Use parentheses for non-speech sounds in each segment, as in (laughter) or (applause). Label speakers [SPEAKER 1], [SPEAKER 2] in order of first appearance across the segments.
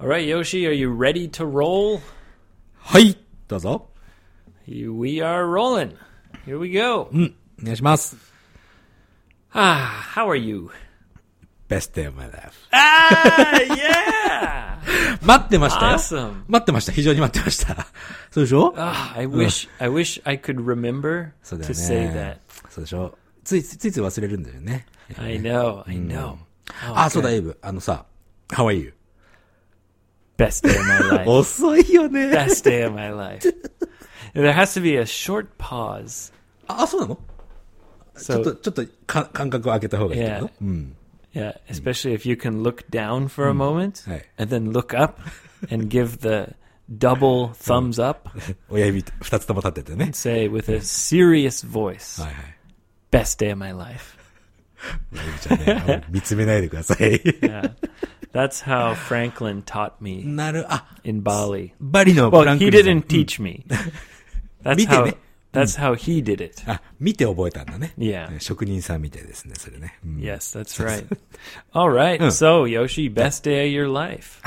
[SPEAKER 1] All right, Yoshi, are you ready to roll?
[SPEAKER 2] はい、どうぞ。
[SPEAKER 1] You- We are rolling. Here we go.
[SPEAKER 2] お願いします。
[SPEAKER 1] Ah, how are you?
[SPEAKER 2] Best day of my life.
[SPEAKER 1] Ah, yeah.
[SPEAKER 2] 待ってましたよ。
[SPEAKER 1] Awesome.
[SPEAKER 2] 待ってました。非常に待ってました。 (laughs) そうでしょ
[SPEAKER 1] Ah, I wish I wish I could remember
[SPEAKER 2] そうだ
[SPEAKER 1] to
[SPEAKER 2] よね。
[SPEAKER 1] say that.
[SPEAKER 2] そうでしょついついついつい忘れるんだよね。
[SPEAKER 1] I know.
[SPEAKER 2] Mm.
[SPEAKER 1] I know.
[SPEAKER 2] あ、そうだ、エイブ。あのさ、How are you?
[SPEAKER 1] Best day of my
[SPEAKER 2] (laughs)
[SPEAKER 1] life.
[SPEAKER 2] 遅いよね。
[SPEAKER 1] Best day of my life. There has to be a short pause.
[SPEAKER 2] あ、そうなのちょっと、
[SPEAKER 1] So
[SPEAKER 2] ちょっとか、間隔を空けた方がいいってこ
[SPEAKER 1] yeah.
[SPEAKER 2] とうん。
[SPEAKER 1] Yeah, especially if you can look down for a moment
[SPEAKER 2] Hey.
[SPEAKER 1] and then look up and give the double thumbs up.
[SPEAKER 2] 親指二つとも立ててね
[SPEAKER 1] and。say with a serious voice,
[SPEAKER 2] はいはい。
[SPEAKER 1] best day of my life.
[SPEAKER 2] 親指ちゃんね、あんまり (laughs) 見つめないでください。
[SPEAKER 1] Yeah. That's how Franklin taught me
[SPEAKER 2] (laughs) なる、あ、
[SPEAKER 1] in Bali.
[SPEAKER 2] バリのブラ
[SPEAKER 1] Well,
[SPEAKER 2] ンク
[SPEAKER 1] he
[SPEAKER 2] リンさん
[SPEAKER 1] didn't teach hmm. (laughs) me. That's
[SPEAKER 2] Mite
[SPEAKER 1] how
[SPEAKER 2] ne.
[SPEAKER 1] that's how he did it.
[SPEAKER 2] あ、見て覚えたんだね。
[SPEAKER 1] Yeah.
[SPEAKER 2] 職人さんみたいですね、それね。うん
[SPEAKER 1] Yes, that's (laughs) right. All right. So, Yoshi, best day of your (laughs) life.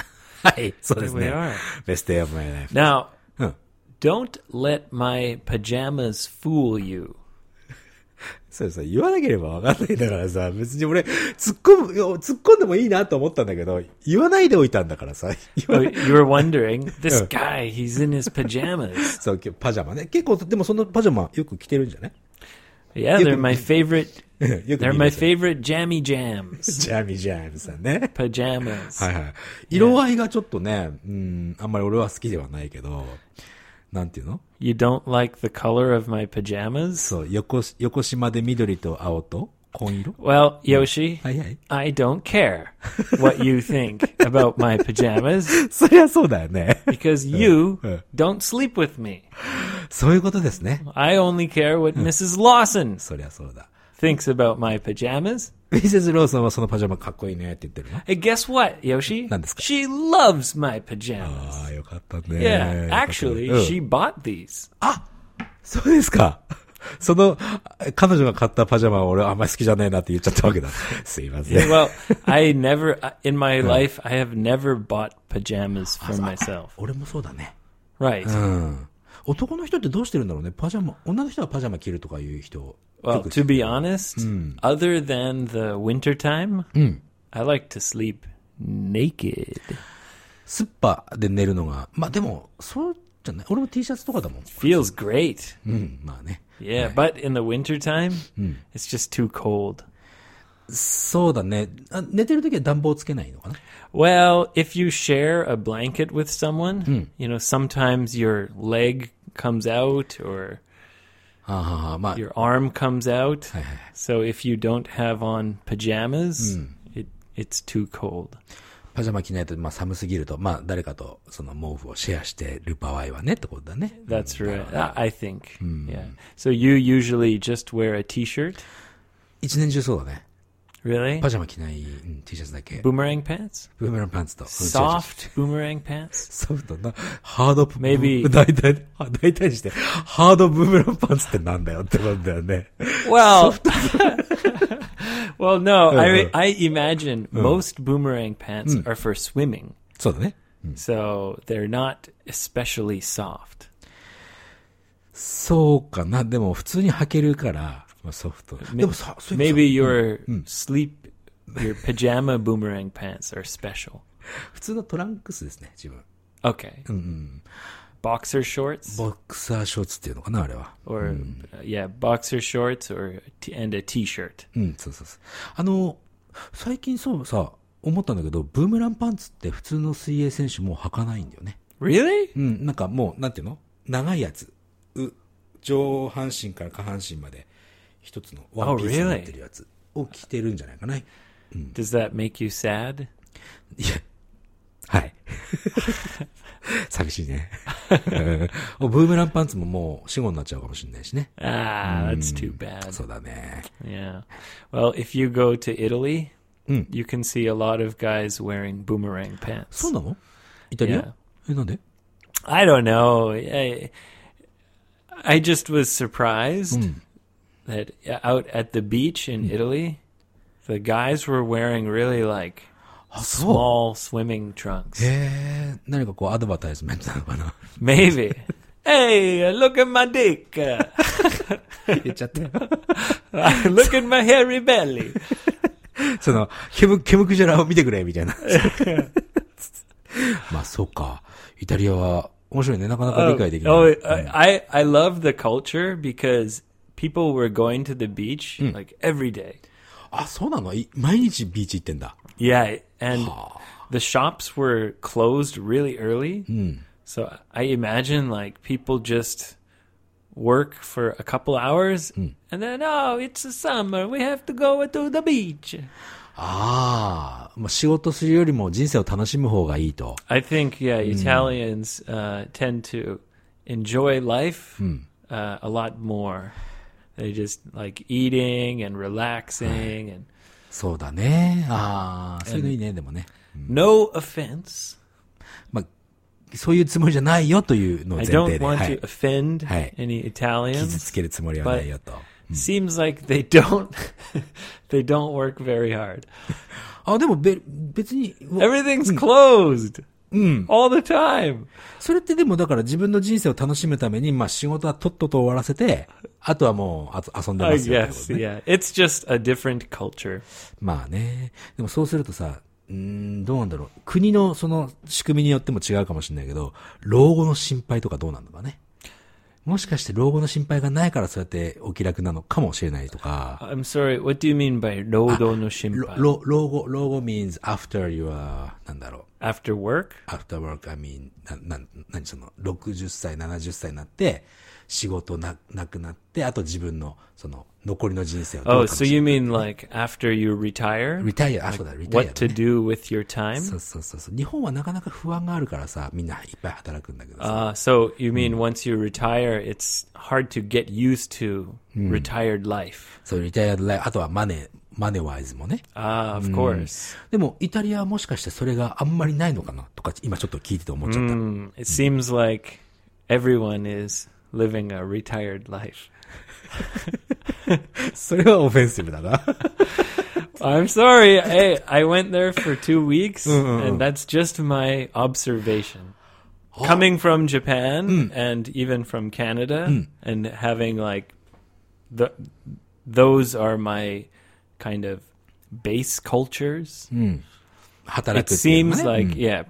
[SPEAKER 2] はい、そうです
[SPEAKER 1] we
[SPEAKER 2] ね。
[SPEAKER 1] are.
[SPEAKER 2] Best day of my life.
[SPEAKER 1] Now,
[SPEAKER 2] Huh.
[SPEAKER 1] don't let my pajamas fool (laughs) you.
[SPEAKER 2] そうさ、言わなければわかんないんだからさ、別に俺、突っ込む、よ突っ込んでもいいなと思ったんだけど、言わないでおいたんだからさ、 (laughs) 言
[SPEAKER 1] Oh,
[SPEAKER 2] わない。
[SPEAKER 1] you were wondering, this
[SPEAKER 2] Yeah.
[SPEAKER 1] guy, he's in his (laughs) pajamas.
[SPEAKER 2] そう、今日パジャマね。結構、でもそのパジャマよく着てるんじゃない (laughs)
[SPEAKER 1] Yeah, they're my favorite
[SPEAKER 2] よく見る
[SPEAKER 1] they're my
[SPEAKER 2] じゃん
[SPEAKER 1] favorite jammy jams.
[SPEAKER 2] ジャミジャミさんね。 (laughs)
[SPEAKER 1] pajamas.
[SPEAKER 2] はいはい。色合いがちょっとね、うん、あんまり俺は好きではないけど、なんていうの
[SPEAKER 1] You don't like the color of my pajamas?
[SPEAKER 2] そう、横し、横島で緑と青と紺色
[SPEAKER 1] Well, Yoshi,
[SPEAKER 2] はいはい。
[SPEAKER 1] I don't care what (laughs) you think about my pajamas
[SPEAKER 2] そりゃそうだよね。
[SPEAKER 1] because you
[SPEAKER 2] yeah.
[SPEAKER 1] don't sleep with me.
[SPEAKER 2] そういうことですね。
[SPEAKER 1] I only care what Mrs. Lawson
[SPEAKER 2] そりゃそうだ。
[SPEAKER 1] thinks about my pajamas.
[SPEAKER 2] ミセス・ローソンはそのパジャマかっこいいねって言ってるの
[SPEAKER 1] And guess what, Yoshi?
[SPEAKER 2] 何ですか？
[SPEAKER 1] She loves my pajamas.
[SPEAKER 2] ああ、よかったね。
[SPEAKER 1] Oh, yeah,
[SPEAKER 2] よかったね
[SPEAKER 1] actually,
[SPEAKER 2] うん
[SPEAKER 1] she bought these.
[SPEAKER 2] そうですか。 (laughs) その、彼女が買ったパジャマは俺あんまり好きじゃねえなって言っちゃったわけだ。すいません。
[SPEAKER 1] Well, I never, in (laughs) my life, I have never bought pajamas for myself.
[SPEAKER 2] 俺もそうだね。
[SPEAKER 1] Right.
[SPEAKER 2] うん。男の人ってどうしてるんだろうね。パジャマ、女の人はパジャマ着るとかいう人。
[SPEAKER 1] Well, to be honest, other than the wintertime, I like to sleep naked.
[SPEAKER 2] スッパで寝るのが、まあでも、そうじゃない。俺も T シャツとかだもん。
[SPEAKER 1] Feels great.
[SPEAKER 2] うん、まあね。
[SPEAKER 1] Yeah, but in the wintertime, it's just too cold.
[SPEAKER 2] そうだね。あ寝てるときは暖房つけないのかな
[SPEAKER 1] Well, if you share a blanket with someone, you know, sometimes your leg comes out or
[SPEAKER 2] ああ、まあ、
[SPEAKER 1] your arm comes out.
[SPEAKER 2] hey.
[SPEAKER 1] So if you don't have on pajamas, it it's too cold.
[SPEAKER 2] パジャマ着ないと、まあ寒すぎると、まあ誰かとその毛布をシェアしてる場合はねってことだね。
[SPEAKER 1] That's right. I I think. Yeah. So you usually just wear a t-shirt,
[SPEAKER 2] 一年中そうだね。
[SPEAKER 1] really?
[SPEAKER 2] パジャマ着ない、うん T シャツだけ。
[SPEAKER 1] Boomerang pants?
[SPEAKER 2] ブーメランパンツと。うん
[SPEAKER 1] Soft boomerang pants?
[SPEAKER 2] ソフトな、ハードブ
[SPEAKER 1] Maybe
[SPEAKER 2] 大体、あ大体にして、ハードブーメランパンツってなんだよってことだよね。
[SPEAKER 1] Well, (laughs) Uh-huh. well, no. I
[SPEAKER 2] Uh, uh.
[SPEAKER 1] I imagine most boomerang pants are for swimming,
[SPEAKER 2] そうだね。
[SPEAKER 1] Hmm. so they're not especially soft.
[SPEAKER 2] そうかな。でも普通に履けるから、まあ、ソフト。でもさ、そういうこと
[SPEAKER 1] Maybe your sleep, your pajama boomerang pants are special.
[SPEAKER 2] 普通のトランクスですね、自分。
[SPEAKER 1] Okay. Boxer shorts
[SPEAKER 2] ボクサーショーツっていうのかな、あれは。
[SPEAKER 1] or uh, yeah, boxer shorts or a t- and a t-shirt.
[SPEAKER 2] うん、そうそうそう。あの、最近そうさ、思ったんだけど、ブーメランパンツって普通の水泳選手もう履かないんだよね。
[SPEAKER 1] Really?
[SPEAKER 2] うん、なんかもう、なんていうの長いやつ。う、上半身から下半身まで、一つのワンピースになってるやつを着てるんじゃないかな。い
[SPEAKER 1] Does that make you sad?
[SPEAKER 2] や、はい。寂しいね。うん (laughs) ブーメランパンツももう死後になっちゃうかもしれないしね。
[SPEAKER 1] Ah, that's too bad.
[SPEAKER 2] そうだね。
[SPEAKER 1] Yeah. Well, if you go to Italy, you can see a lot of guys wearing boomerang pants.
[SPEAKER 2] そうなのイタリア、
[SPEAKER 1] Yeah.
[SPEAKER 2] え、なんで
[SPEAKER 1] I don't know. I, I just was surprised that out at the beach in Italy, the guys were wearing really like
[SPEAKER 2] あ、そう。
[SPEAKER 1] small swimming trunks.
[SPEAKER 2] へえ、何かこうアドバタイズメントなのかな
[SPEAKER 1] Maybe. (laughs) hey, look at my dick. Uh,
[SPEAKER 2] (laughs) 言っちゃって。
[SPEAKER 1] look at my hairy belly.
[SPEAKER 2] (laughs) その、ケム、ケムクジャラを見てくれ、みたい (laughs) な。まあ、そうか。イタリアは、面白いね。なかなか理解できない。
[SPEAKER 1] Oh,
[SPEAKER 2] うん
[SPEAKER 1] I, I love the culture because people were going to the beach like every day.
[SPEAKER 2] あ、そうなのい毎日ビーチ行ってんだ。
[SPEAKER 1] Yeah, and the shops were closed really early. So I imagine like people just work for a couple hours and then oh, it's the summer, we have to go to the beach.
[SPEAKER 2] ああ、まあ、仕事するよりも人生を楽しむ方がいいと。
[SPEAKER 1] I think yeah, Italians uh, tend to enjoy life uh, a lot more. They just like eating and relaxing and
[SPEAKER 2] そうだね。ああ、そういうのいいね、でもね。
[SPEAKER 1] no offense.
[SPEAKER 2] まあ、そういうつもりじゃないよというのを
[SPEAKER 1] I
[SPEAKER 2] 前提
[SPEAKER 1] don't
[SPEAKER 2] で。
[SPEAKER 1] want
[SPEAKER 2] は
[SPEAKER 1] to
[SPEAKER 2] い。
[SPEAKER 1] offend
[SPEAKER 2] Hey.
[SPEAKER 1] any
[SPEAKER 2] 傷
[SPEAKER 1] Italians.
[SPEAKER 2] つけるつもりはないよと。
[SPEAKER 1] Seems like they don't (laughs) they don't work very hard.
[SPEAKER 2] あ、でもべ、別に、うわ
[SPEAKER 1] Everything's closed all the time.
[SPEAKER 2] それってでもだから自分の人生を楽しむために、まあ仕事はとっとと終わらせて、あとはもうあと遊んで
[SPEAKER 1] I
[SPEAKER 2] ますよってこと
[SPEAKER 1] guess yeah.
[SPEAKER 2] ね。
[SPEAKER 1] It's just a different culture.
[SPEAKER 2] まあね。でもそうするとさ、うーん、どうなんだろう。国のその仕組みによっても違うかもしれないけど、老後の心配とかどうなんだかね。もしかして老後の心配がないからそうやってお気楽なのかもしれないとか、
[SPEAKER 1] I'm sorry. What do you mean by rodo no
[SPEAKER 2] ろ
[SPEAKER 1] shimpai?
[SPEAKER 2] ろ老後、老後 means after your, なんだろう。
[SPEAKER 1] After work?
[SPEAKER 2] after work, I mean, な、な、何その、60歳、70歳になって、仕事な、なくなって、あと自分の、その、残りの人生をどう
[SPEAKER 1] Oh,
[SPEAKER 2] 楽
[SPEAKER 1] so
[SPEAKER 2] しむ
[SPEAKER 1] you mean like after you retire?
[SPEAKER 2] retire、あ、そうだ、retire だね、
[SPEAKER 1] what to do with your time?
[SPEAKER 2] そうそうそうそう。日本はなかなか不安があるからさ、みんないっぱい働くんだけど
[SPEAKER 1] Uh,
[SPEAKER 2] さ。
[SPEAKER 1] so you mean once you retire, it's hard to get used to retired life?
[SPEAKER 2] そう、retire life、あとはマネー、マネーワイズもね。
[SPEAKER 1] Ah, of course.
[SPEAKER 2] でも、イタリアはもしかしてそれがあんまりないのかなとか、今ちょっと聞いてて思っちゃった。
[SPEAKER 1] Mm, it seems like everyone is living a retired life.
[SPEAKER 2] それはオフェンシブだな。
[SPEAKER 1] I'm sorry. Hey, I went there for two weeks, and that's just my observation. Coming from Japan and even from Canada, and having like the those are my kind of base cultures.
[SPEAKER 2] 働
[SPEAKER 1] It
[SPEAKER 2] くっていうのが
[SPEAKER 1] seems
[SPEAKER 2] ね
[SPEAKER 1] like yeah.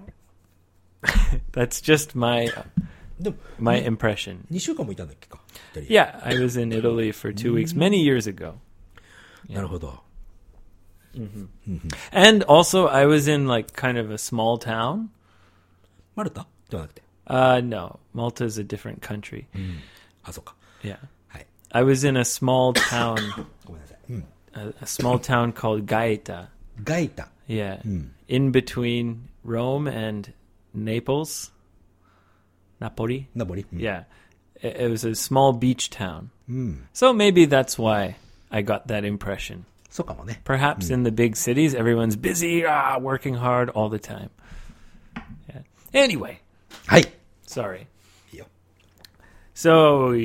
[SPEAKER 1] (laughs) that's just my
[SPEAKER 2] でも、
[SPEAKER 1] my impression.
[SPEAKER 2] 2週間もいたんだっけか。イタリア
[SPEAKER 1] Yeah, I was in Italy for two weeks many years ago.
[SPEAKER 2] なるほど。
[SPEAKER 1] And also, I was in like kind of a small town.
[SPEAKER 2] マルタではなくて。
[SPEAKER 1] Uh, no, Malta is a different country.
[SPEAKER 2] あ、そうか。
[SPEAKER 1] Yeah,
[SPEAKER 2] はい。
[SPEAKER 1] I was in a small town,
[SPEAKER 2] ごめんなさい。うん。
[SPEAKER 1] a, a small town called Gaeta.
[SPEAKER 2] ガイタ。
[SPEAKER 1] Yeah, in between Rome and Naples, Napoli.
[SPEAKER 2] ナポリ。うん
[SPEAKER 1] Yeah, it, it was a small beach town. So maybe that's why I got that impression.
[SPEAKER 2] そうかもね。
[SPEAKER 1] Perhaps in the big cities, everyone's busy, ah, working hard all the time. Yeah. Anyway,
[SPEAKER 2] はい。
[SPEAKER 1] sorry.
[SPEAKER 2] いいよ。
[SPEAKER 1] So,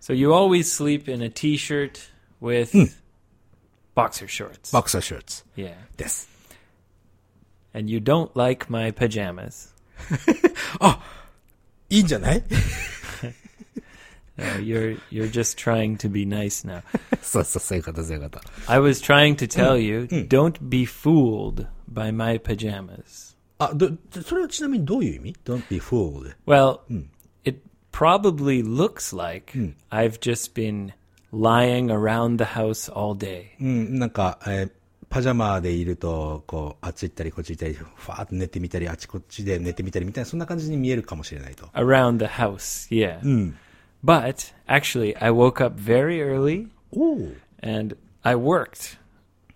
[SPEAKER 1] so you always sleep in a t-shirt with boxer shorts.
[SPEAKER 2] バクサーシューツ
[SPEAKER 1] yeah,
[SPEAKER 2] です。
[SPEAKER 1] and you don't like my pajamas.
[SPEAKER 2] いいんじゃない
[SPEAKER 1] No, Uh, you're you're just trying to be nice now.
[SPEAKER 2] (laughs) そうそう、そういうこと、そういうこと。
[SPEAKER 1] I was trying to tell you, don't be fooled by my pajamas.
[SPEAKER 2] あ、ど、それはちなみにどういう意味 ?Don't be fooled.
[SPEAKER 1] Well, it probably looks like I've just been lying around the house all day.
[SPEAKER 2] うん、なんか、えーパジャマでいると、こう、あっち行ったり、こっち行ったり、ファーっと寝てみたり、あっちこっちで寝てみたりみたいな、そんな感じに見えるかもしれないと。
[SPEAKER 1] around the house. Yeah. But actually, I woke up very early
[SPEAKER 2] おお。
[SPEAKER 1] and I worked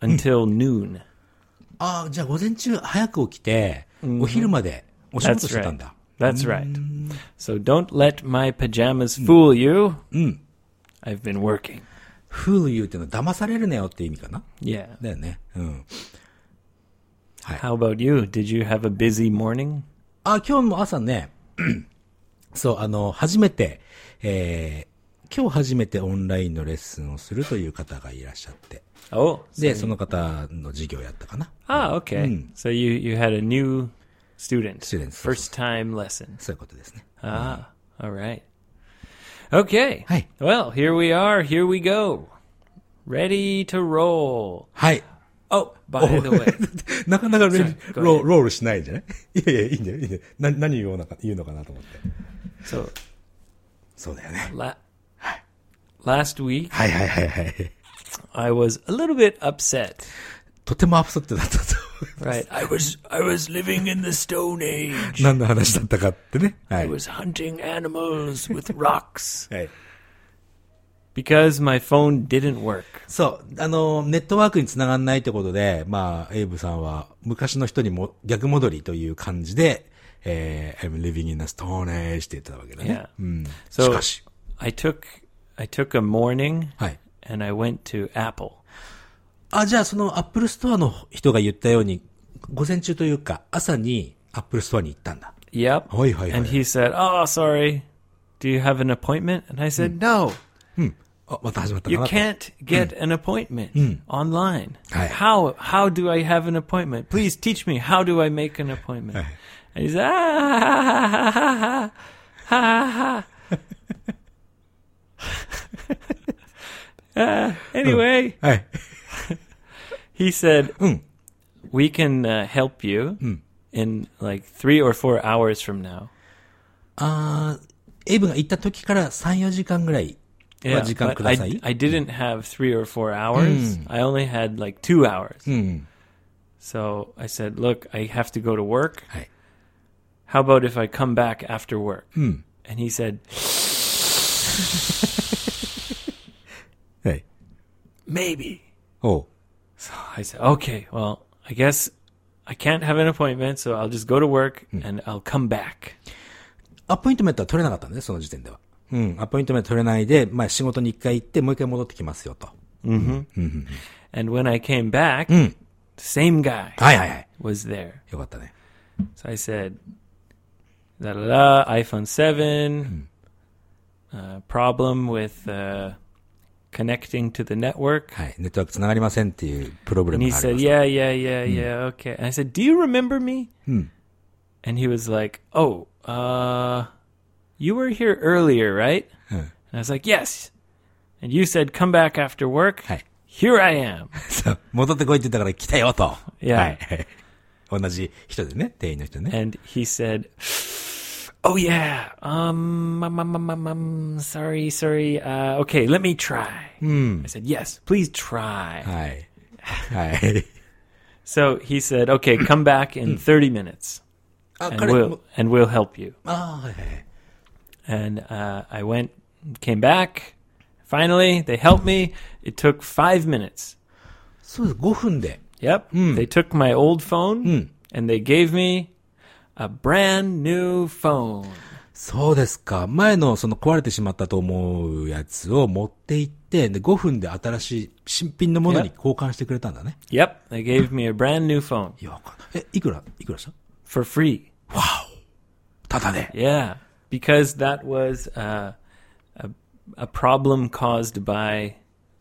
[SPEAKER 1] until noon.
[SPEAKER 2] ああ、じゃあ午前中早く起きて、お昼までお仕事
[SPEAKER 1] That's
[SPEAKER 2] してたん
[SPEAKER 1] right.
[SPEAKER 2] だ。
[SPEAKER 1] That's right. So don't let my pajamas fool you. I've been working.
[SPEAKER 2] fool you っていうのは騙されるなよって意味かな
[SPEAKER 1] Yeah.
[SPEAKER 2] だよね。うん。
[SPEAKER 1] How about you? Did you have a busy morning?
[SPEAKER 2] (clears throat) あ、今日も朝ね、そう、あの、初めて、えー今日初めてオンラインのレッスンをするという方がいらっしゃって、
[SPEAKER 1] Oh, so-
[SPEAKER 2] で、その方の授業やったかな。
[SPEAKER 1] ah, okay. So you you had a new student,
[SPEAKER 2] Student, so-
[SPEAKER 1] first time lesson.
[SPEAKER 2] そういうことですね。
[SPEAKER 1] Ah, all right. Okay.
[SPEAKER 2] Hi.
[SPEAKER 1] Well, here we are. Here we go. Ready to roll.
[SPEAKER 2] はい。
[SPEAKER 1] Oh, by the way,
[SPEAKER 2] (laughs) なかなかレジ
[SPEAKER 1] Sorry, go
[SPEAKER 2] ロ
[SPEAKER 1] ahead.
[SPEAKER 2] ーロールしないんじゃ (laughs) ないいやいや、いいんだよ、いいんだよ。な、何言おうなか言うのかなと思って。
[SPEAKER 1] so
[SPEAKER 2] そうだよね。
[SPEAKER 1] la- last week
[SPEAKER 2] はいはいはいはい。
[SPEAKER 1] I was a little bit upset.
[SPEAKER 2] とてもアップセットだったと。
[SPEAKER 1] Right. I was I was living in the stone age.
[SPEAKER 2] 何の話だったかってね。は
[SPEAKER 1] I
[SPEAKER 2] い。
[SPEAKER 1] was hunting animals with (laughs) rocks
[SPEAKER 2] はい。
[SPEAKER 1] because my phone didn't work.
[SPEAKER 2] そう。あの、ネットワークにつながんないってことで、まあ、エイブさんは昔の人にも逆戻りという感じで、えー、I'm living in a stone age って言ってたわけだね
[SPEAKER 1] Yeah.。Hmm.
[SPEAKER 2] うん。
[SPEAKER 1] So-
[SPEAKER 2] しかし。
[SPEAKER 1] I took I took a morning
[SPEAKER 2] はい。
[SPEAKER 1] and I went to Apple.
[SPEAKER 2] あ、じゃあそのアップルストアの人が言ったように、午前中というか朝にアップルストアに行ったんだ。
[SPEAKER 1] Yep.
[SPEAKER 2] Oi, oi,
[SPEAKER 1] and
[SPEAKER 2] oi.
[SPEAKER 1] he said, "Oh, sorry. Do you have an appointment?" And I said, "No.
[SPEAKER 2] あ、また始まったか
[SPEAKER 1] You
[SPEAKER 2] な。
[SPEAKER 1] can't get an appointment online.
[SPEAKER 2] Aye.
[SPEAKER 1] How how do I have an appointment? Please teach me how do I make an appointment?" And he said, "Ah, ha, ha, ha, ha, ha, ha, ha, ha." Uh, anyway,
[SPEAKER 2] はい。
[SPEAKER 1] he said,
[SPEAKER 2] Mm.
[SPEAKER 1] "We can uh, help you in like three or four hours from now."
[SPEAKER 2] あーエイブが行った時から3、4時間ぐらいは時間
[SPEAKER 1] but
[SPEAKER 2] ください
[SPEAKER 1] I,。I didn't have three or four hours. I only had like two hours.
[SPEAKER 2] うん。
[SPEAKER 1] So I said, Look, I have to go to work.
[SPEAKER 2] はい。
[SPEAKER 1] How about if I come back after work?
[SPEAKER 2] うん。
[SPEAKER 1] And he said,
[SPEAKER 2] はい。
[SPEAKER 1] Maybe.
[SPEAKER 2] おう。
[SPEAKER 1] So I said, Okay, well, I guess I can't have an appointment, so I'll just go to work and I'll come back.
[SPEAKER 2] アポイントメントは取れなかったんだね、その時点では。うん。アポイントメント取れないで、まあ仕事に一回行って、もう一回戻ってきますよと。
[SPEAKER 1] And when I came back,
[SPEAKER 2] Mm.
[SPEAKER 1] the same guy
[SPEAKER 2] はいはいはい。
[SPEAKER 1] was there.
[SPEAKER 2] よかったね。
[SPEAKER 1] So I said, la la la, iPhone 7, uh, problem with uh, connecting to the network.
[SPEAKER 2] はい。ネットワーク繋がりませんっていうプロブレ
[SPEAKER 1] And
[SPEAKER 2] ム
[SPEAKER 1] he
[SPEAKER 2] があ
[SPEAKER 1] said,
[SPEAKER 2] ります。
[SPEAKER 1] yeah, yeah, yeah, yeah, okay. And I said, do you remember me? And he was like, oh, uh, you were here earlier, right? And I was like, yes. And you said, come back after work.
[SPEAKER 2] はい。
[SPEAKER 1] Here I am.
[SPEAKER 2] (laughs) そう。戻ってこいって言ったから来たよと。
[SPEAKER 1] Yeah.
[SPEAKER 2] はい (laughs) はい。同じ人でね、店員の人ね。
[SPEAKER 1] And he said, oh, yeah, um, um, um, um, um, um, sorry, sorry. Uh, okay, let me try. I said, yes, please try.
[SPEAKER 2] はい。 (laughs) はい。
[SPEAKER 1] So he said, okay, come back in 30 minutes
[SPEAKER 2] あ、
[SPEAKER 1] and
[SPEAKER 2] 彼も
[SPEAKER 1] we'll, and we'll help you.
[SPEAKER 2] ああ、はいはいはい。
[SPEAKER 1] and uh, I went, came back. Finally, they helped me. It took five minutes.
[SPEAKER 2] そうです、5分で。
[SPEAKER 1] Yep. They took my old phone and they gave me a brand new phone.
[SPEAKER 2] そうですか。前のその壊れてしまったと思うやつを持って行って、で、5分で新しい新品のものに
[SPEAKER 1] いや
[SPEAKER 2] 交換してくれたんだね。
[SPEAKER 1] Yep. They gave me a brand new phone
[SPEAKER 2] いや、わかんえ、いくら、いくらした
[SPEAKER 1] for free.
[SPEAKER 2] ただで。
[SPEAKER 1] Yeah. Because that was uh, a, a problem caused by.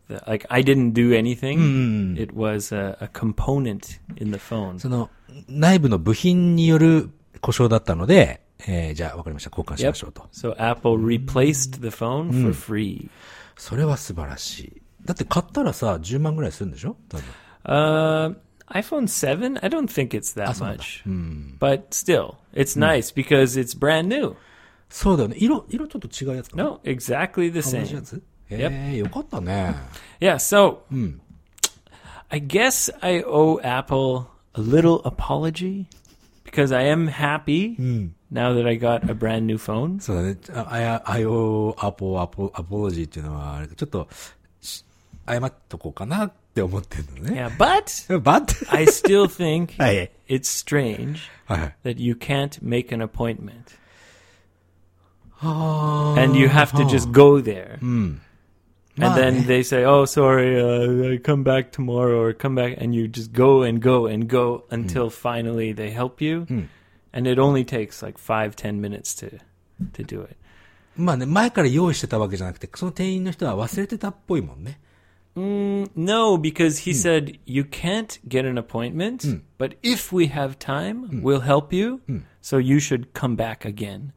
[SPEAKER 1] The, like I didn't do anything. It was a, a component in the phone.
[SPEAKER 2] その、内部の部品による故障だったので、えーじゃあわかりました。交換しま
[SPEAKER 1] Yep.
[SPEAKER 2] しょうと。
[SPEAKER 1] So Apple replaced the phone for free.
[SPEAKER 2] それは素晴らしい。だって買ったらさ、10万ぐらいするんでしょ多分。
[SPEAKER 1] Uh, iPhone 7, I don't think it's that much. But still, it's nice because it's brand new.
[SPEAKER 2] そうだよね。色、色ちょっと違うやつかな
[SPEAKER 1] No, exactly the
[SPEAKER 2] 同じや
[SPEAKER 1] same.
[SPEAKER 2] つえー、よかったね。
[SPEAKER 1] Yeah, so I guess I owe Apple a little apology because I am happy now that I got a brand new phone.
[SPEAKER 2] (laughs) そうだね。あ、I, I o アポ、アポ、アポロジーっていうのは、あれちょっと、し謝っとこうかなって思ってるのね。
[SPEAKER 1] Yeah, but
[SPEAKER 2] バッて。
[SPEAKER 1] I still think
[SPEAKER 2] はい。
[SPEAKER 1] it's strange
[SPEAKER 2] はいはい。
[SPEAKER 1] that you can't make an appointment
[SPEAKER 2] あー
[SPEAKER 1] and you have to just go there. And
[SPEAKER 2] まあ
[SPEAKER 1] then
[SPEAKER 2] ね
[SPEAKER 1] they say, "Oh, sorry, uh, I come back tomorrow," or "Come back," and you just go and go and go until finally they help you. And it only takes like five, ten minutes to to do it.
[SPEAKER 2] まあね、前から用意してたわけじゃなくて、その店員の人は忘れてたっぽいもんね。
[SPEAKER 1] Mm, no, because he said you can't get an appointment, but if we have time, we'll help you. So you should come back again.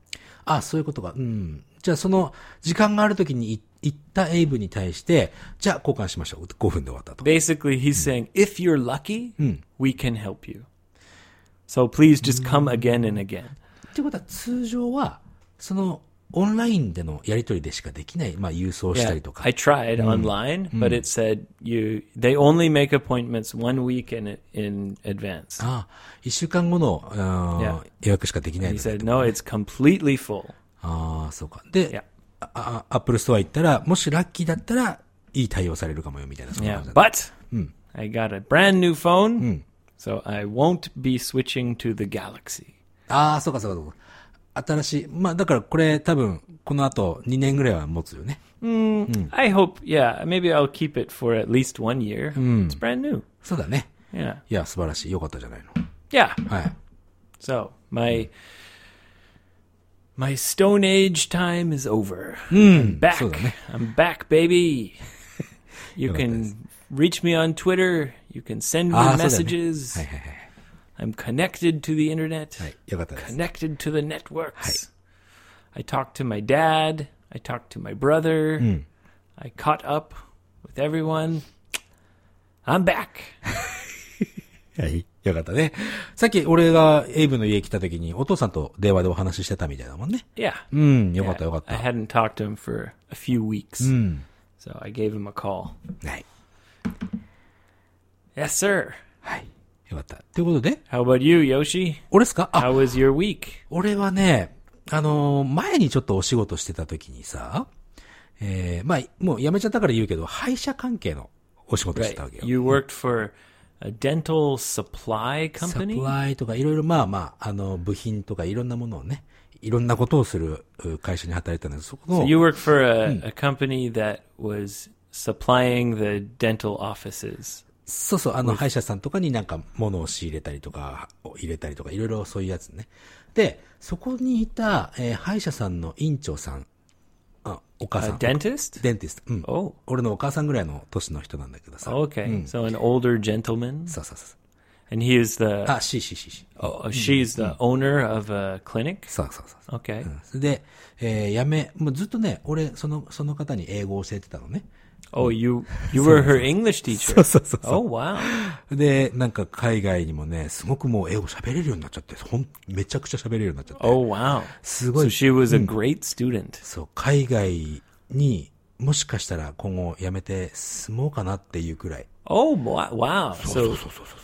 [SPEAKER 2] あ、そういうことか。うん。じゃあその、時間がある時にい行ったエイブに対して、じゃあ交換しましょう。5分で終わったと。
[SPEAKER 1] Basically, he's saying if you're lucky, we can help you. So please just come again and again.
[SPEAKER 2] ってことは通常は、その、オンラインでのやり取りでしかできない、まあ郵送したりとか。
[SPEAKER 1] I tried online, but it said you they only make appointments one week in in advance.
[SPEAKER 2] あ一週間後の、うん
[SPEAKER 1] Yeah.
[SPEAKER 2] 予約しかできない
[SPEAKER 1] He
[SPEAKER 2] とか
[SPEAKER 1] said no, it's completely full.
[SPEAKER 2] ああ、そうか。で、
[SPEAKER 1] Yeah.
[SPEAKER 2] ああアップルストア行ったら、もしラッキーだったら、いい対応されるかもよ、みたいな。そんな
[SPEAKER 1] Yeah,
[SPEAKER 2] 感じだ
[SPEAKER 1] but I got a brand new phone, so I won't be switching to the Galaxy.
[SPEAKER 2] ああ、そうか、そうか、そうか。新しい。まあ、だからこれ多分、この後2年ぐらいは持つよね。
[SPEAKER 1] I hope, yeah, maybe I'll keep it for at least one year. It's brand new.
[SPEAKER 2] そうだね。
[SPEAKER 1] Yeah.
[SPEAKER 2] いや、素晴らしい。よかったじゃないの。
[SPEAKER 1] Yeah.
[SPEAKER 2] はい。
[SPEAKER 1] So, my my stone age time is over. I'm back.
[SPEAKER 2] Hmm, so then.
[SPEAKER 1] I'm back,
[SPEAKER 2] (laughs)
[SPEAKER 1] baby. You can reach me on Twitter. You can send me
[SPEAKER 2] ああ、そうだよね。
[SPEAKER 1] messages.
[SPEAKER 2] はいはいはい。
[SPEAKER 1] I'm connected to the internet.
[SPEAKER 2] はい。よかったです。
[SPEAKER 1] connected to the networks. I talked to my dad. I talked to my brother.
[SPEAKER 2] Hmm.
[SPEAKER 1] I caught up with everyone. I'm back.
[SPEAKER 2] はい。よかったね。さっき俺がエイブの家来た時にお父さんと電話でお話ししてたみたいだもんね。
[SPEAKER 1] Yeah.
[SPEAKER 2] うん、よかったよかっ
[SPEAKER 1] I
[SPEAKER 2] た。
[SPEAKER 1] hadn't talked to him for a few weeks. So I gave him a call.
[SPEAKER 2] はい。
[SPEAKER 1] Yes, sir.
[SPEAKER 2] はい。よかった。ということで、
[SPEAKER 1] How about you, Yoshi?
[SPEAKER 2] 俺ですかあ、
[SPEAKER 1] How was your
[SPEAKER 2] (sighs)
[SPEAKER 1] week?
[SPEAKER 2] 俺はね、あのー前にちょっとお仕事してた時にさ、えー、まあ、もう辞めちゃったから言うけど、歯医者関係のお仕事してたわけよ。
[SPEAKER 1] You worked for a dental supply
[SPEAKER 2] サプ
[SPEAKER 1] company?
[SPEAKER 2] ライとかいろいろ、まあまあ、あの、部品とかいろんなものをね、いろんなことをするう会社に働いてたんだけど、そこの、
[SPEAKER 1] Oh. You worked for a, a company that was supplying the dental offices.
[SPEAKER 2] そうそう、あの、歯医者さんとかになんか物を仕入れたりとか、入れたりとか、いろいろそういうやつね。で、そこにいた、えー歯医者さんの院長さん、あ、お母
[SPEAKER 1] A
[SPEAKER 2] さん。
[SPEAKER 1] dentist?
[SPEAKER 2] デンティスト。うん。
[SPEAKER 1] Oh,
[SPEAKER 2] 俺のお母さんぐらいの年の人なんだけどさ。
[SPEAKER 1] okay. So an older gentleman,
[SPEAKER 2] そうそうそうそう。
[SPEAKER 1] and he is the
[SPEAKER 2] あ、しししし。
[SPEAKER 1] oh, she's the owner of a clinic.
[SPEAKER 2] そうそうそうそう。
[SPEAKER 1] Okay.
[SPEAKER 2] うんそれで、えーやめ、もうずっとね、俺、その、その方に英語を教えてたのね。
[SPEAKER 1] Oh, you you were her English
[SPEAKER 2] (laughs)
[SPEAKER 1] teacher.
[SPEAKER 2] そうそう
[SPEAKER 1] Oh wow.
[SPEAKER 2] で、なんか海外にもね、すごくもう英語喋れるようになっちゃって、ほん、めちゃくちゃ喋れるようになっちゃって。
[SPEAKER 1] Oh wow.
[SPEAKER 2] すご
[SPEAKER 1] So
[SPEAKER 2] い
[SPEAKER 1] she was a great student.
[SPEAKER 2] そう、海外にもしかしたら今後辞めて住もうかなっていうくらい。
[SPEAKER 1] Oh wa- wow. So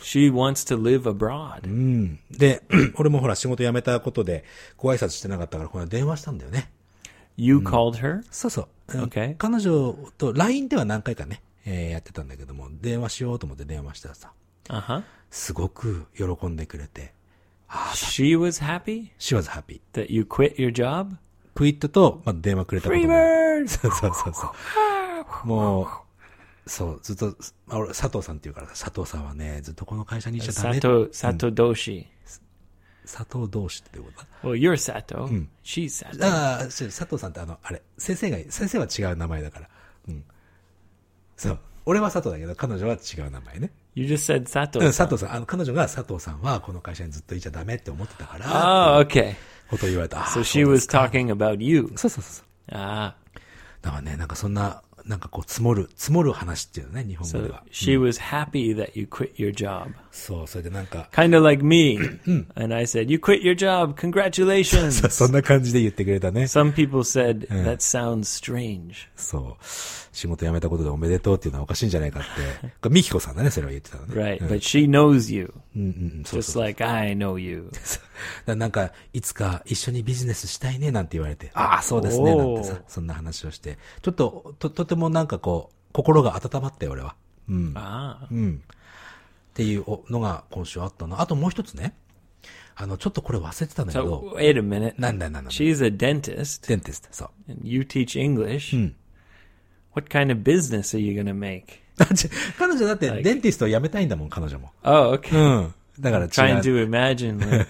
[SPEAKER 1] she wants to live abroad.
[SPEAKER 2] で、 (clears throat) 俺もほら仕事辞めたことでご挨拶してなかったから、この間電話したんだよね。
[SPEAKER 1] You called her.
[SPEAKER 2] そうそう。うん
[SPEAKER 1] Okay.
[SPEAKER 2] 彼女と LINE では何回かね、えーやってたんだけども、電話しようと思って電話したらさ、
[SPEAKER 1] Uh huh.
[SPEAKER 2] すごく喜んでくれて、
[SPEAKER 1] She was happy
[SPEAKER 2] she was happy.
[SPEAKER 1] that you quit your job.
[SPEAKER 2] クイットと、まあ、電話くれたこと
[SPEAKER 1] Free
[SPEAKER 2] も
[SPEAKER 1] bird.
[SPEAKER 2] そうそうそうそう。もう、そう、ずっと、まあ俺、佐藤さんっていうからさ、佐藤さんはね、ずっとこの会社にいちゃダメ。
[SPEAKER 1] Sato Sato Doshi.
[SPEAKER 2] 佐藤同士ってことだ
[SPEAKER 1] Well, you're Sato. She's Sato.
[SPEAKER 2] ああ、そう佐藤さんってあの、あれ、先生が、先生は違う名前だから。うん。そう。俺は佐藤だけど、彼女は違う名前ね。
[SPEAKER 1] You just said
[SPEAKER 2] うん、
[SPEAKER 1] Sato.
[SPEAKER 2] 佐藤さん。あの、彼女が佐藤さんはこの会社にずっといちゃダメって思ってたから、
[SPEAKER 1] Oh, okay.
[SPEAKER 2] ことを言われた。あ
[SPEAKER 1] So
[SPEAKER 2] あ
[SPEAKER 1] she
[SPEAKER 2] そう
[SPEAKER 1] was talking about you.
[SPEAKER 2] そうそうそう。
[SPEAKER 1] Ah,
[SPEAKER 2] だからね、なんかそんな、なんかこう、積もる、積もる話っていうのね、日本語で
[SPEAKER 1] so
[SPEAKER 2] は。
[SPEAKER 1] she was happy that you quit your job.
[SPEAKER 2] そう、それでなんか、
[SPEAKER 1] Kind of like me. and I said, You quit your job. Congratulations.
[SPEAKER 2] そんな感じで言ってくれたね。
[SPEAKER 1] Some people said, That sounds strange.
[SPEAKER 2] そう。仕事辞めたことでおめでとうっていうのはおかしいんじゃないか (laughs) って。これミキコさんだね、それは言ってたのね。
[SPEAKER 1] Right. But she knows you,
[SPEAKER 2] うんうんうん、そうそ
[SPEAKER 1] just
[SPEAKER 2] う
[SPEAKER 1] like I know you.
[SPEAKER 2] だ (laughs) なんか、いつか一緒にビジネスしたいね、なんて言われて、ああ、そうですね、なん
[SPEAKER 1] おー
[SPEAKER 2] てさ、そんな話をして、ちょっと、と、とてもなんかこう、心が温まって、俺は。うん。
[SPEAKER 1] Ah.
[SPEAKER 2] うん。っていうおのが今週あったの。あともう一つね。あの、ちょっとこれ忘れてたんだけ
[SPEAKER 1] So,
[SPEAKER 2] ど、
[SPEAKER 1] wait a minute.
[SPEAKER 2] なんだなんだ。デ
[SPEAKER 1] She's a dentist,
[SPEAKER 2] ンティスト、そう。
[SPEAKER 1] and you teach English. What kind of business are you going to make?
[SPEAKER 2] だって彼女だって、デンティストを辞めたいんだもん、彼女も。 (laughs)
[SPEAKER 1] Oh, okay.
[SPEAKER 2] うん。だから違
[SPEAKER 1] Trying
[SPEAKER 2] う。
[SPEAKER 1] to imagine like,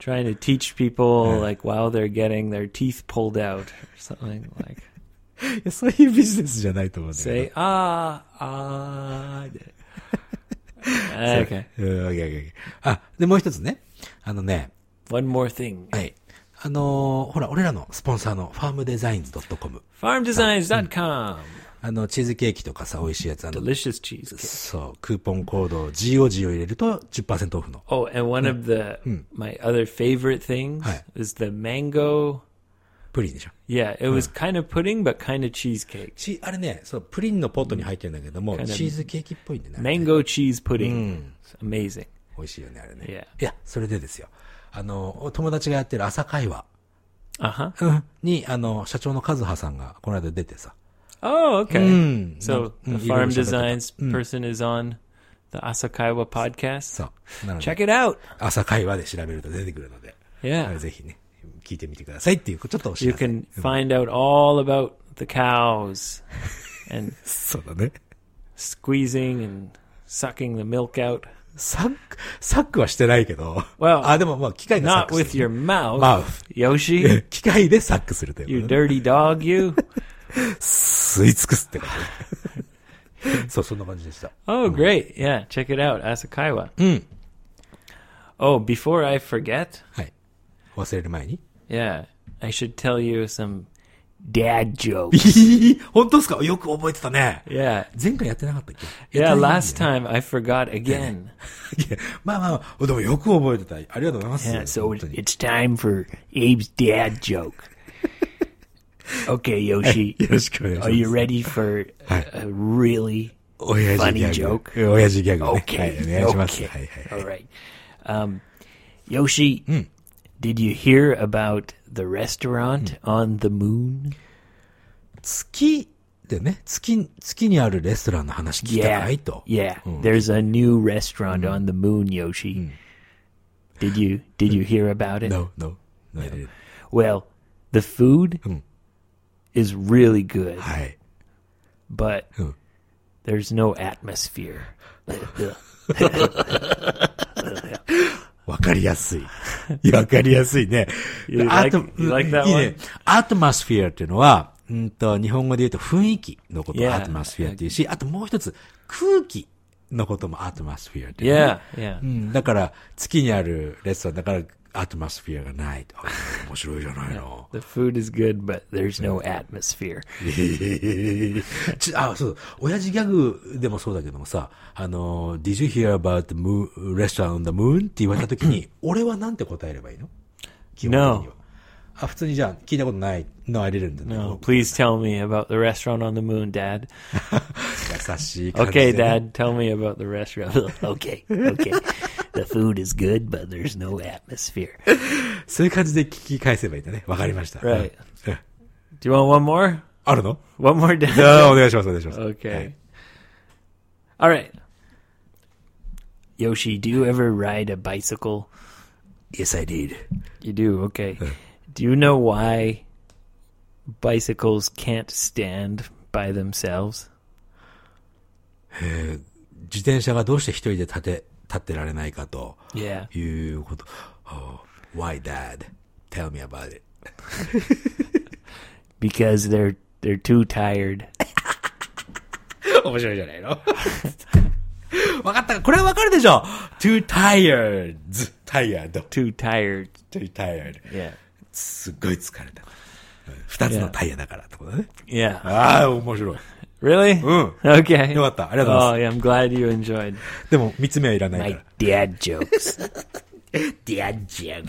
[SPEAKER 1] trying to teach people like while they're getting their teeth pulled out or something like
[SPEAKER 2] いやそういうビジネスじゃないと思うんだけ
[SPEAKER 1] say ah ah. okay.
[SPEAKER 2] ど。うん、オッケーオッケーオッケーあ、で、もう一つね。あのね、
[SPEAKER 1] One more thing.
[SPEAKER 2] はい。あのーほら、俺らのスポンサーのファームデザインズ .com。
[SPEAKER 1] Farmdesigns.com.
[SPEAKER 2] あの、チーズケーキとかさ、美味しいやつ、あの、
[SPEAKER 1] Delicious cheesecake.
[SPEAKER 2] そう、クーポンコード GOG を入れると10%オフの。
[SPEAKER 1] Oh, and one of the my other favorite things
[SPEAKER 2] Hi.
[SPEAKER 1] is the mango.
[SPEAKER 2] プリンでしょ。
[SPEAKER 1] Yeah, it was kind of pudding, but kind of cheesecake.
[SPEAKER 2] ち、あれね、そう、プリンのポットに入ってるんだけども、
[SPEAKER 1] of-
[SPEAKER 2] チーズケーキっぽいんでね。
[SPEAKER 1] Mango cheese pudding. It's amazing.
[SPEAKER 2] 美味しいよね、あれね。
[SPEAKER 1] Yeah.
[SPEAKER 2] いや、それでですよ。あの、お友達がやってる朝会話
[SPEAKER 1] Uh huh.
[SPEAKER 2] に、あの、社長の和葉さんがこの間出てさ。
[SPEAKER 1] Oh, okay.
[SPEAKER 2] Mm.
[SPEAKER 1] So
[SPEAKER 2] Mm,
[SPEAKER 1] the
[SPEAKER 2] you
[SPEAKER 1] farm
[SPEAKER 2] know something about
[SPEAKER 1] designs person is on the Asakawa podcast.
[SPEAKER 2] そう。なので、
[SPEAKER 1] Check it out.
[SPEAKER 2] 朝会話で調べると出てくるの (laughs) で、
[SPEAKER 1] Yeah,
[SPEAKER 2] ぜひね、聞いてみてくださいっていう、ちょっとお知
[SPEAKER 1] you
[SPEAKER 2] らせ。
[SPEAKER 1] can find out all about the cows (laughs) and
[SPEAKER 2] そうだね。
[SPEAKER 1] squeezing and sucking the milk out.
[SPEAKER 2] サック、サックはしてないけど。
[SPEAKER 1] Well,
[SPEAKER 2] あ、でもまあ、機械でサ
[SPEAKER 1] Not
[SPEAKER 2] ック
[SPEAKER 1] with
[SPEAKER 2] する。
[SPEAKER 1] your mouth,
[SPEAKER 2] Mouth. (laughs)
[SPEAKER 1] Yoshi.
[SPEAKER 2] 機械でサックするという
[SPEAKER 1] You
[SPEAKER 2] ことね。
[SPEAKER 1] dirty dog, you.
[SPEAKER 2] 吸い尽くすってことねそう、そんな感じでした。
[SPEAKER 1] Oh, great. Yeah, check it out, Asakaiwa. Oh, before I forget,
[SPEAKER 2] はい。忘れる前に。
[SPEAKER 1] yeah, I should tell you some dad jokes.
[SPEAKER 2] 本当ですかよく覚えてたね。
[SPEAKER 1] Yeah.
[SPEAKER 2] 前回やってなかったっけ
[SPEAKER 1] Yeah,
[SPEAKER 2] やってないんだよね
[SPEAKER 1] last time I forgot again.
[SPEAKER 2] いやまあまあまあ、でもよく覚えてた。ありがとうございます。
[SPEAKER 3] Yeah, so
[SPEAKER 2] 本当
[SPEAKER 3] it,
[SPEAKER 2] に
[SPEAKER 3] it's time for Abe's dad joke. okay, Yoshi,
[SPEAKER 2] よろしくお願いします。
[SPEAKER 3] are you ready for a really?
[SPEAKER 2] 親父ギャ
[SPEAKER 3] funny
[SPEAKER 2] グ。
[SPEAKER 3] joke？
[SPEAKER 2] 親父ギャグね。
[SPEAKER 3] Okay,
[SPEAKER 2] はい、お願いします。
[SPEAKER 3] okay.
[SPEAKER 2] はいはい。
[SPEAKER 3] All right, um, Yoshi, did you hear about the restaurant on the moon?
[SPEAKER 2] 月でね、月、月にあるレストランの話聞きた
[SPEAKER 3] Yeah,
[SPEAKER 2] ないと。
[SPEAKER 3] yeah. There's a new restaurant on the moon, Yoshi. Did you did you hear about it?
[SPEAKER 2] No, no. no.
[SPEAKER 3] Well, the food is really good,
[SPEAKER 2] はい。
[SPEAKER 3] but
[SPEAKER 2] Hmm.
[SPEAKER 3] there's no atmosphere.
[SPEAKER 2] わかりやすい。い (laughs) やわかりやすいね。
[SPEAKER 1] You like- you like that
[SPEAKER 2] いいね。アトマスフィアっていうのは、うんと、日本語で言うと雰囲気のことを
[SPEAKER 1] Yeah.
[SPEAKER 2] アトマスフィアっていうし、あともう一つ、空気のこともアトマスフィアっていうね
[SPEAKER 1] Yeah, yeah.
[SPEAKER 2] うん、だから、月にあるレストランだから、アトマスフィアがないと。あ面白いじゃないの。
[SPEAKER 3] The food is good, but there's no atmosphere.
[SPEAKER 2] (laughs)
[SPEAKER 3] (laughs)
[SPEAKER 2] ちあ、そう、親父ギャグでもそうだけどもさ、あの、Did you hear about the moon, restaurant on the moon? って言われたとき
[SPEAKER 1] (laughs)
[SPEAKER 2] に、俺はなんて答えればいいの基本的には。
[SPEAKER 1] No.
[SPEAKER 2] あ、普通にじゃあ、聞いたことないのあれるんだね。
[SPEAKER 1] No, please tell me about the restaurant on the moon, Dad.
[SPEAKER 2] 優しい感じ
[SPEAKER 1] Okay,
[SPEAKER 2] で、
[SPEAKER 1] Dad,
[SPEAKER 2] ね。
[SPEAKER 1] tell me about the restaurant. (laughs)
[SPEAKER 3] okay, okay. the food is good, but there's no atmosphere.
[SPEAKER 2] そういう感じで聞き返せばいいんだね。わかりました。
[SPEAKER 1] Right.
[SPEAKER 2] うんうん
[SPEAKER 1] Do you want one more?
[SPEAKER 2] あ
[SPEAKER 1] (laughs)
[SPEAKER 2] るの
[SPEAKER 1] One more
[SPEAKER 2] じ
[SPEAKER 1] dad.
[SPEAKER 2] ゃあ、お願いします、お願いします。
[SPEAKER 1] Okay. All right.
[SPEAKER 3] Yoshi, do you ever ride a bicycle?
[SPEAKER 2] Yes, I did.
[SPEAKER 1] You do, okay.
[SPEAKER 3] Do you know why bicycles can't stand by themselves?
[SPEAKER 2] 自転車がどうして一人で立て、立ってられないかと
[SPEAKER 3] Yeah.
[SPEAKER 2] いうこと。Oh, why, Dad? Tell me about it.
[SPEAKER 3] Because they're they're too tired.
[SPEAKER 2] 面白いじゃないのわかったこれはわかるでしょ ?too tired, tired,
[SPEAKER 1] Too tired.
[SPEAKER 2] too tired.
[SPEAKER 1] Yeah.
[SPEAKER 2] すっごい疲れた。二つのタイヤだからってことだね。
[SPEAKER 1] Yeah.
[SPEAKER 2] ああ、面白い。
[SPEAKER 1] Really?
[SPEAKER 2] うん。
[SPEAKER 1] Okay.
[SPEAKER 2] よかった。ありがとうござい
[SPEAKER 1] Oh, yeah,
[SPEAKER 2] ま
[SPEAKER 1] I'm glad you enjoyed.
[SPEAKER 2] す。でも、三つ目はいらない
[SPEAKER 3] My
[SPEAKER 2] か
[SPEAKER 3] dad jokes. (laughs) dad jokes.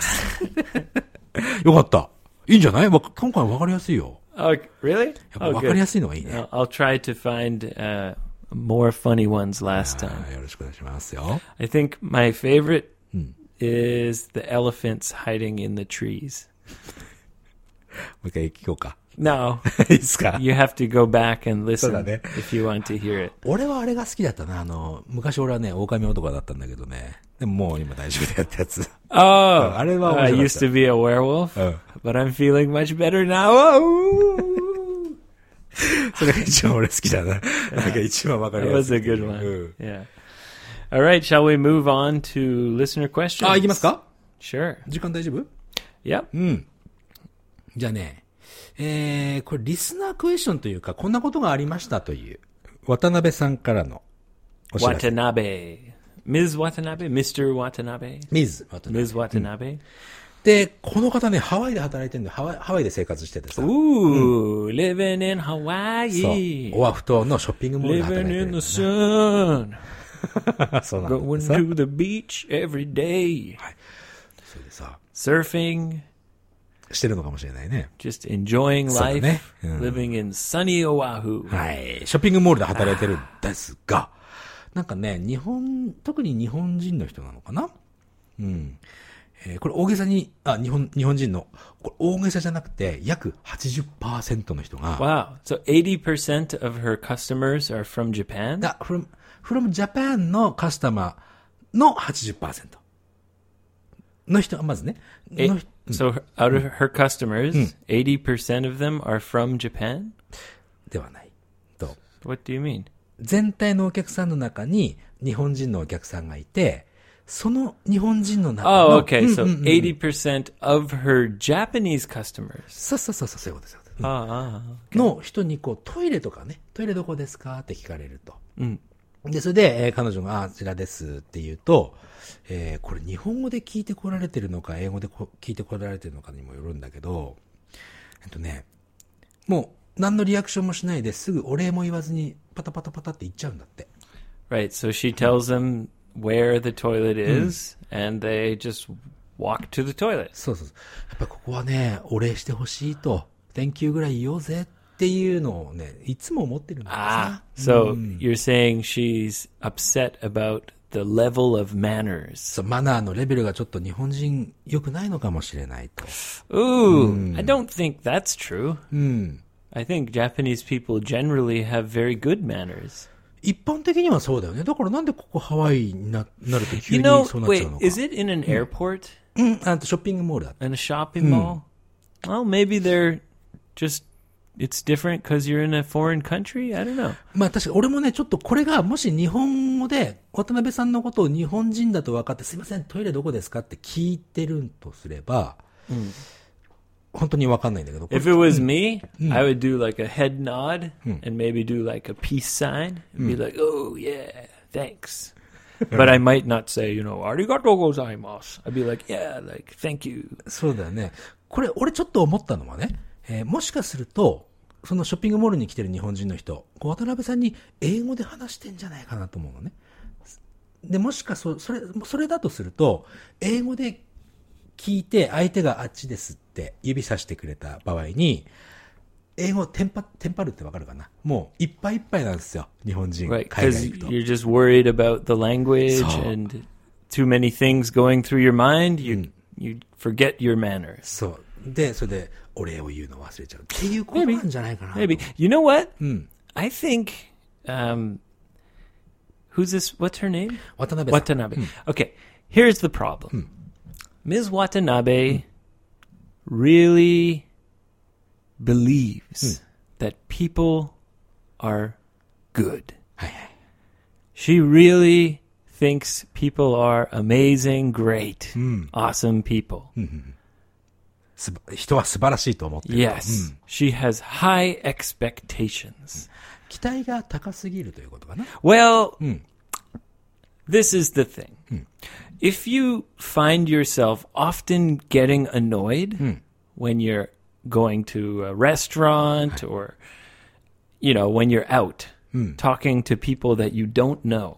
[SPEAKER 2] ら。よかった。いいんじゃないわか今回わかりやすいよ。
[SPEAKER 1] Oh, really?
[SPEAKER 2] やっぱ
[SPEAKER 1] Oh,
[SPEAKER 2] わかりや
[SPEAKER 1] good.
[SPEAKER 2] すいのがいいね。
[SPEAKER 1] I'll, I'll try to find uh, more funny ones last
[SPEAKER 2] あ
[SPEAKER 1] time.
[SPEAKER 2] ーよろしくお願いしますよ。
[SPEAKER 1] I think my favorite
[SPEAKER 2] Hmm.
[SPEAKER 1] is the elephants hiding in the trees.
[SPEAKER 2] もう一回聞こうか。 (laughs)
[SPEAKER 1] No,
[SPEAKER 2] いいっすか
[SPEAKER 1] (laughs) you have to go back and listen
[SPEAKER 2] そうだね。
[SPEAKER 1] if you want to hear
[SPEAKER 2] (laughs)
[SPEAKER 1] it.
[SPEAKER 2] 俺はあれが好きだったな。あの、昔俺はね、狼男だったんだけどね。でももう今大丈夫だよってやつ。
[SPEAKER 1] Oh,
[SPEAKER 2] I didn't want
[SPEAKER 1] I
[SPEAKER 2] to watch
[SPEAKER 1] used to
[SPEAKER 2] that.
[SPEAKER 1] be a werewolf,
[SPEAKER 2] Oh.
[SPEAKER 1] but I'm feeling much better
[SPEAKER 2] (laughs)
[SPEAKER 1] now. Oh,
[SPEAKER 2] それが一番俺好きだ (laughs) な。なんか一番わか
[SPEAKER 1] that
[SPEAKER 2] りや
[SPEAKER 1] was
[SPEAKER 2] すい。
[SPEAKER 1] a good one.
[SPEAKER 2] うん Uh,
[SPEAKER 1] Yeah. All right, shall we move on to listener questions?
[SPEAKER 2] あ、いきますか
[SPEAKER 1] Sure.
[SPEAKER 2] 時間大丈夫
[SPEAKER 1] Yep.
[SPEAKER 2] うん。じゃあね、えー、これリスナークエスチョンというか、こんなことがありましたという、渡辺さんからのお知らせ。
[SPEAKER 1] Watanabe. Ms. Watanabe? Mr. Watanabe?
[SPEAKER 2] ミズ、渡辺
[SPEAKER 1] Ms. Watanabe?
[SPEAKER 2] Hmm. で、この方ね、ハワイで働いてるんで、ハワイ、ハワイで生活しててさ、
[SPEAKER 1] Ooh,
[SPEAKER 2] Hmm.
[SPEAKER 1] living in
[SPEAKER 2] そう
[SPEAKER 1] Hawaii.
[SPEAKER 2] オアフ島のショッピングモールで働い
[SPEAKER 1] Living
[SPEAKER 2] てる
[SPEAKER 1] in
[SPEAKER 2] んだ
[SPEAKER 1] the
[SPEAKER 2] よ
[SPEAKER 1] sun.
[SPEAKER 2] な。 (laughs) そうなんだよ
[SPEAKER 1] Going
[SPEAKER 2] さ
[SPEAKER 1] to the beach every day.
[SPEAKER 2] それでさ、
[SPEAKER 1] Surfing.
[SPEAKER 2] してるのかもしれないね。
[SPEAKER 1] Just enjoying
[SPEAKER 2] そうだね。
[SPEAKER 1] life.
[SPEAKER 2] うん。
[SPEAKER 1] Living in sunny Oahu.
[SPEAKER 2] はい。ショッピングモールで働いてるんですが、なんかね、日本、特に日本人の人なのかなうん。えーこれ大げさに、あ、日本、日本人の、これ大げさじゃなくて、約80%の人が、
[SPEAKER 1] Wow. So 80% of her customers are from Japan?
[SPEAKER 2] が、from, from Japan のカスタマーの80%の人が、まずね、
[SPEAKER 1] Eh,
[SPEAKER 2] の人
[SPEAKER 1] so her, out of her customers, 80% of them are from Japan?
[SPEAKER 2] ではない。と。
[SPEAKER 1] What do you mean?
[SPEAKER 2] 全体のお客さんの中に日本人のお客さんがいて、その日本人の中の、
[SPEAKER 1] Oh, okay.
[SPEAKER 2] うん
[SPEAKER 1] So 80% of her Japanese customers.
[SPEAKER 2] そうそうそうそう、そういうことですよ。
[SPEAKER 1] Ah, ah, ah.
[SPEAKER 2] の人にこうトイレとかね、トイレどこですかって聞かれると。で、それで、えー彼女が、ああちらですって言うと、えーこれ日本語で聞いてこられてるのか、英語でこ聞いてこられてるのかにもよるんだけど、えっとね、もう何のリアクションもしないですぐお礼も言わずにパタパタパタって言っちゃうんだって。
[SPEAKER 1] Right. So she tells them where the toilet is, and they just walk to the toilet.
[SPEAKER 2] そうそうそう。やっぱここはね、お礼してほしいと、Thank you ぐらい言おうぜっていうのをね、いつも思ってるんだよさ
[SPEAKER 1] Ah. So you're saying she's upset about the level of manners.
[SPEAKER 2] そう、マナーのレベルがちょっと日本人良くないのかもしれないと。
[SPEAKER 1] Ooh, I don't think that's true.
[SPEAKER 2] うん。
[SPEAKER 1] I think Japanese people generally have very good manners.
[SPEAKER 2] 一般的にはそうだよね。だからなんでここハワイにななると急
[SPEAKER 1] You
[SPEAKER 2] に
[SPEAKER 1] know,
[SPEAKER 2] そうなっち
[SPEAKER 1] wait,
[SPEAKER 2] ゃうのか。
[SPEAKER 1] is it in an airport
[SPEAKER 2] うん、あとショッピングモールだった。
[SPEAKER 1] and a shopping mall? Well, maybe they're just it's different because you're in a foreign country. I don't know.
[SPEAKER 2] まあ確か俺もね、ちょっとこれがもし日本語で渡辺さんのことを日本人だと分かって、すいません、トイレどこですかって聞いてるとすれば、本当に分かんないんだけど、これ
[SPEAKER 1] If it was me, I would do like a head nod and maybe do like a peace sign and be like, "Oh yeah, thanks." but I might not say, you know, "arigato gozaimasu." I'd be like, "Yeah, like thank you."
[SPEAKER 2] そうだよね。これ、俺ちょっと思ったのはね、えーもしかすると、そのショッピングモールに来てる日本人の人、こう渡辺さんに英語で話してんじゃないかなと思うのね。で、もしかそ、それ、それだとすると、英語で聞いて、相手があっちですって指さしてくれた場合に、英語テンパ、テンパるってわかるかなもういっぱいいっぱいなんですよ、日本人。
[SPEAKER 1] Right,
[SPEAKER 2] 海
[SPEAKER 1] because
[SPEAKER 2] 外行くと。
[SPEAKER 1] you're just worried about the language
[SPEAKER 2] So-
[SPEAKER 1] and too many things going through your mind. You you forget your manners.
[SPEAKER 2] そう。で、それで、お礼を言うの忘れちゃうっていうことなんじゃないかなと。
[SPEAKER 1] Maybe you know what? I think. Um, who's this? What's her name?
[SPEAKER 2] 渡辺さん。
[SPEAKER 1] Watanabe. Okay, here's the problem. Ms. Watanabe really believes that people are good. She really thinks people are amazing, great, awesome people.
[SPEAKER 2] すば人は素晴らしいと思ってる
[SPEAKER 1] Yes, she has high expectations.
[SPEAKER 2] 期待が高すぎるということかな
[SPEAKER 1] Well, this is the thing. If you find yourself often getting annoyed when you're going to a restaurant or, you know, when you're out talking to people that you don't know,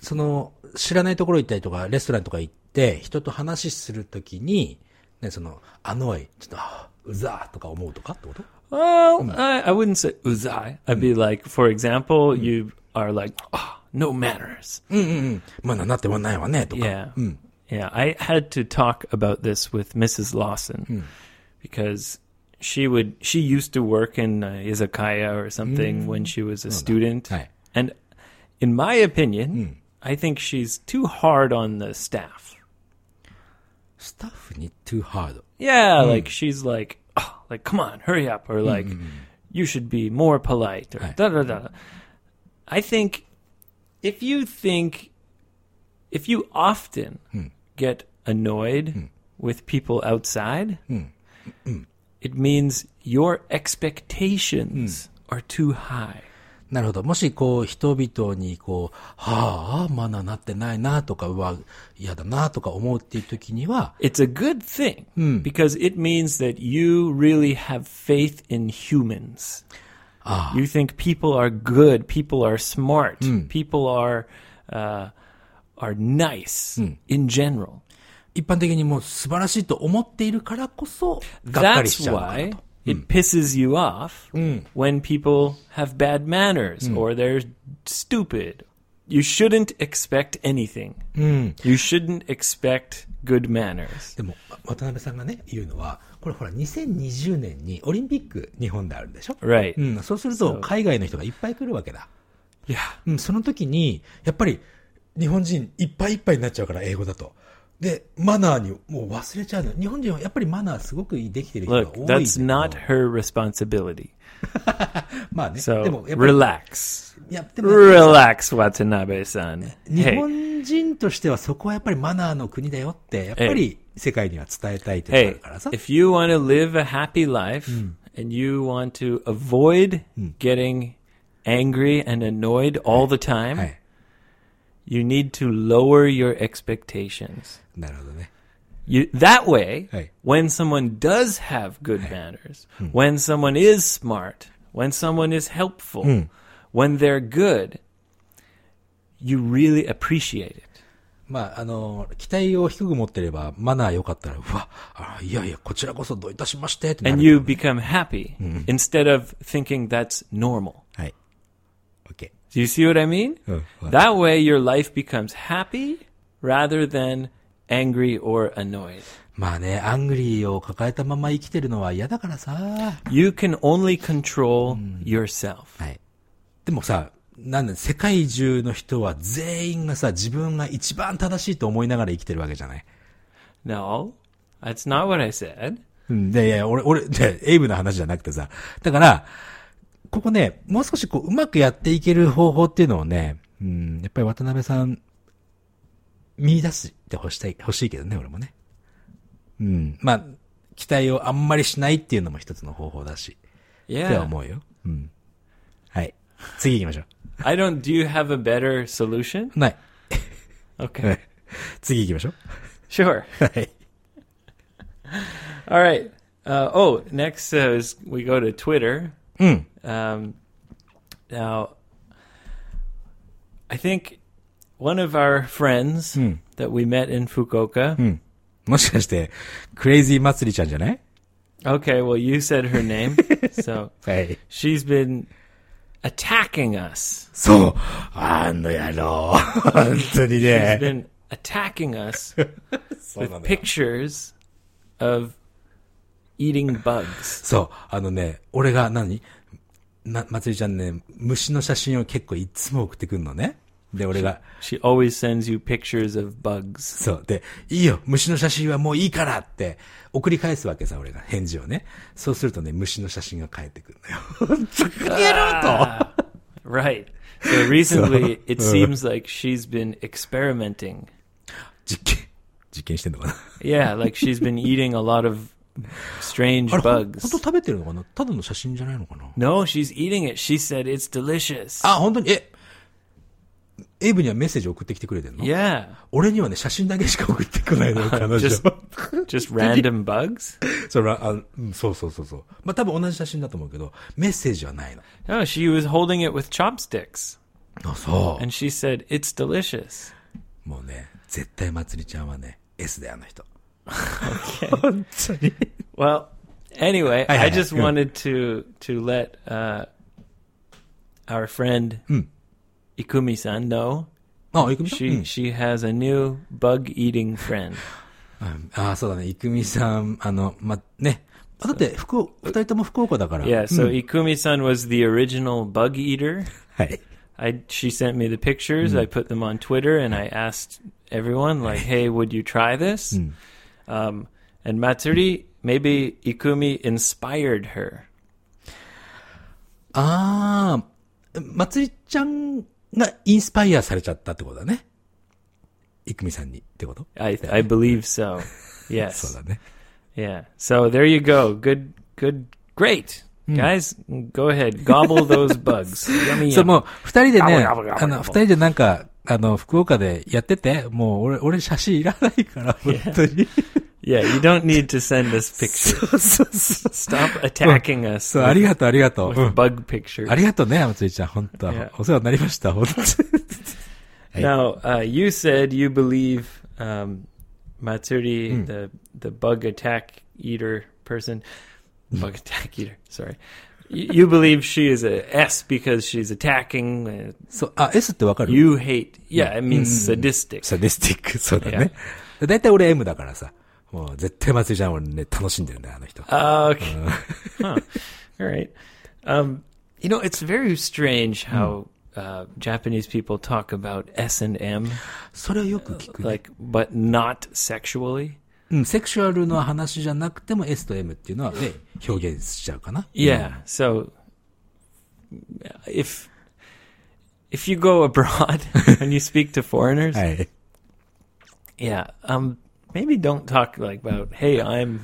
[SPEAKER 2] その知らないところ行ったりとかレストランとか行って人と話しするときに、ね、そのあのいちょっとあうざーとか思うとかってこと
[SPEAKER 1] well, I, I wouldn't say uzai. I'd be like, for example, you are like, oh, no manners.
[SPEAKER 2] まあなってもないわねとか、
[SPEAKER 1] Yeah. Yeah. I had to talk about this with Mrs. Lawson because she would, she used to work in uh, izakaya or something when she was a student.
[SPEAKER 2] Hi.
[SPEAKER 1] And in my opinion, I think she's too hard on the staff.
[SPEAKER 2] スタッフに too hard
[SPEAKER 1] Yeah. Like she's like, oh, like, come on, hurry up. Or like, you should be more polite or da da da. I think if you think, if you often get annoyed with people outside, it means your expectations are too high.
[SPEAKER 2] なるほど。もし、こう、人々に、こう、はあ、まだなってないなとか、うわ、嫌だなとか思うっていう時には、
[SPEAKER 1] It's a good thing because it means that you really have faith in humans. You think people are good, people are smart, people are uh, are nice in general.
[SPEAKER 2] 一般的にもう素晴らしいと思っているからこそ、がっかりし
[SPEAKER 1] That's
[SPEAKER 2] ちゃうのかな
[SPEAKER 1] why
[SPEAKER 2] と。
[SPEAKER 1] it pisses you off when people have bad manners or they're stupid. You shouldn't expect anything. You shouldn't expect good manners.
[SPEAKER 2] でも、わ渡辺さんがね、言うのは、これほら、2020年にオリンピック日本であるでしょ
[SPEAKER 1] Right.
[SPEAKER 2] うん、そうすると、海外の人がいっぱい来るわけだ。
[SPEAKER 1] Yeah.
[SPEAKER 2] うん、その時に、やっぱり、日本人いっぱいいっぱいになっちゃうから、英語だと。で、マナーにもう忘れちゃうの。日本人はやっぱりマナーすごくできてる人が
[SPEAKER 1] Look,
[SPEAKER 2] 多い。
[SPEAKER 1] that's not her responsibility.
[SPEAKER 2] まあね。で
[SPEAKER 1] So
[SPEAKER 2] も、やっぱり、
[SPEAKER 1] relax.
[SPEAKER 2] いやでもやっぱり
[SPEAKER 1] Relax, Watanabe-san.
[SPEAKER 2] 日
[SPEAKER 1] Hey,
[SPEAKER 2] 本人としてはそこはやっぱりマナーの国だよって、やっぱり世界には伝えたいってのがあ
[SPEAKER 1] hey,
[SPEAKER 2] るからさ。
[SPEAKER 1] if you want to live a happy life and you want to avoid getting angry and annoyed all the
[SPEAKER 2] は
[SPEAKER 1] time,
[SPEAKER 2] い。
[SPEAKER 1] you need to lower your expectations.
[SPEAKER 2] なるほどね。
[SPEAKER 1] You, that way,
[SPEAKER 2] Hey.
[SPEAKER 1] when someone does have good manners, when someone is smart, when someone is helpful, when they're good, you really appreciate it.
[SPEAKER 2] まあ、あの、期待を低く持ってれば、マナー良かったら、うわ、あいやいや、こちらこそどういたしまして、ってな
[SPEAKER 1] And
[SPEAKER 2] る。
[SPEAKER 1] you become happy
[SPEAKER 2] Mm-hmm.
[SPEAKER 1] instead of thinking that's normal.
[SPEAKER 2] はい。OK。
[SPEAKER 1] Do you see what I mean?
[SPEAKER 2] Oh, wow.
[SPEAKER 1] That way, your life becomes happy rather than angry or annoyed.
[SPEAKER 2] まあね、アングリーを抱えたまま生きてるのは嫌だからさ。は
[SPEAKER 1] You can only control
[SPEAKER 2] Mm.
[SPEAKER 1] yourself.
[SPEAKER 2] い。でもさ、なんだ、世界中の人は全員がさ、自分が一番正しいと思いながら生きてるわけじゃない。
[SPEAKER 1] No, that's not what I said.
[SPEAKER 2] うん、で、いや、俺、俺、で、エイブの話じゃなくてさ。だから、ここね、もう少しこう、うまくやっていける方法っていうのをね、うん、やっぱり渡辺さん、見出してほしたい、欲しいけどね、俺もね。うん。まあ、期待をあんまりしないっていうのも一つの方法だし。って
[SPEAKER 1] Yeah.
[SPEAKER 2] 思うよ。うん。はい。次行きましょ
[SPEAKER 1] I don't. Do you have a better
[SPEAKER 2] (laughs)
[SPEAKER 1] solution?
[SPEAKER 2] う。ない。は
[SPEAKER 1] Okay.
[SPEAKER 2] い。次行きましょ
[SPEAKER 1] Sure.
[SPEAKER 2] う。はい。
[SPEAKER 1] All right. Uh, oh, next uh, is we go to Twitter.
[SPEAKER 2] うん。
[SPEAKER 1] Um, now, I think one of our friends that we met in Fukuoka.
[SPEAKER 2] もしかして、クレイジーまつりちゃんじゃない
[SPEAKER 1] Okay, well, you said her name, so
[SPEAKER 2] はい。
[SPEAKER 1] she's been attacking us.
[SPEAKER 2] そう。あの野郎。 (laughs) 本当に
[SPEAKER 1] She's been
[SPEAKER 2] ね。
[SPEAKER 1] attacking us
[SPEAKER 2] そうな
[SPEAKER 1] with
[SPEAKER 2] んだよ
[SPEAKER 1] pictures of eating bugs.
[SPEAKER 2] そう。あのね、俺が何な、まつりちゃんね、虫の写真を結構いつも送ってくんのね。で、俺が、
[SPEAKER 1] She always sends you pictures of bugs.
[SPEAKER 2] そう。で、いいよ、虫の写真はもういいからって、送り返すわけさ、俺が、返事をね。そうするとね、虫の写真が返ってくるのよ。 (laughs)
[SPEAKER 1] Ah, Right. So recently, it seems like she's been experimenting.
[SPEAKER 2] 実験、実験してんのかな
[SPEAKER 1] Yeah, like she's been eating a lot of strange
[SPEAKER 2] あれ、ほん本
[SPEAKER 1] bugs.
[SPEAKER 2] 当食べてるのかなただの写真じゃないのかな
[SPEAKER 1] No, she's eating it. She said it's delicious.
[SPEAKER 2] あ、本当に、え、エイブにはメッセージ送ってきてくれてんの
[SPEAKER 1] Yeah.
[SPEAKER 2] 俺にはね、写真だけしか送ってこない (laughs) のよ、彼女。
[SPEAKER 1] Just- Just random bugs?
[SPEAKER 2] それはあうんそうそうそうそう。まあ、多分同じ写真だと思うけど、メッセージはないの。
[SPEAKER 1] No, she was holding it with chopsticks.
[SPEAKER 2] あ、そ
[SPEAKER 1] And she said, It's delicious.
[SPEAKER 2] う。もうね、絶対まつりちゃんはね、S だよ、あの人。本当に。
[SPEAKER 1] Well, anyway,
[SPEAKER 2] Hi, hi,
[SPEAKER 1] I just
[SPEAKER 2] hi.
[SPEAKER 1] wanted to to let uh, our friend Ikumi-san know
[SPEAKER 2] あ、いくみさん、
[SPEAKER 1] she
[SPEAKER 2] うん
[SPEAKER 1] she has a new bug-eating friend.
[SPEAKER 2] あ、そうだね、いくみさん、あの、ま、ね。あだって、福岡、二人とも福岡だから。
[SPEAKER 1] Yeah, so
[SPEAKER 2] うん
[SPEAKER 1] Ikumi-san was the original bug eater.
[SPEAKER 2] はい。
[SPEAKER 1] I she sent me the pictures. I put them on Twitter and I asked everyone like, "Hey, would you try this?" Um, and Matsuri, maybe Ikumi inspired her.
[SPEAKER 2] ああ、まつりちゃんがインスパイアされちゃったってことだね。イクミさんにってこと
[SPEAKER 1] I I believe so.
[SPEAKER 2] そう
[SPEAKER 1] Yes.
[SPEAKER 2] だね。
[SPEAKER 1] yeah. So there you go. Good. Good. Great. Guys, go ahead. Gobble those bugs. yummy.
[SPEAKER 2] そう、
[SPEAKER 1] yummy.
[SPEAKER 2] もう、二人でね、
[SPEAKER 3] ガブガブガブガブ
[SPEAKER 2] あの、二人でなんか、あの、福岡でやってて、もう、俺、俺写真いらないから、本当に。
[SPEAKER 1] Yeah, you don't need to send us pictures.
[SPEAKER 2] そうそうそう。
[SPEAKER 1] Stop attacking us
[SPEAKER 2] そう、ありがとう、ありがとう。
[SPEAKER 1] with
[SPEAKER 2] うん
[SPEAKER 1] bug pictures.
[SPEAKER 2] ありがとうね、あまつりちゃん、本当
[SPEAKER 1] いや
[SPEAKER 2] お世話になりました、本当に。Hey.
[SPEAKER 1] Now, uh, you said you believe um, Matsuri, the the bug attack eater person, bug attack eater. Sorry, you, you believe she is a S because she's attacking. Uh,
[SPEAKER 2] そう、あ、S ってわかる
[SPEAKER 1] you hate. Yeah, it means sadistic.
[SPEAKER 2] サディスティック、そうだね。だいたい俺 M だからさ、もう、絶対まつりちゃん俺ね、楽しんでるんだよ、あの人。
[SPEAKER 1] Uh, okay. (laughs) Huh. All right. Um, you know, it's very strange how uh, Japanese people talk about S and M
[SPEAKER 2] それをよく聞くね。
[SPEAKER 1] like, but not sexually.
[SPEAKER 2] うん、セクシュアルの話じゃなくても S と M っていうのは、ね、表現しちゃうかな。
[SPEAKER 1] Yeah. So if if you go abroad (laughs) and you speak to foreigners,
[SPEAKER 2] はい。
[SPEAKER 1] yeah, um, maybe don't talk like about hey, I'm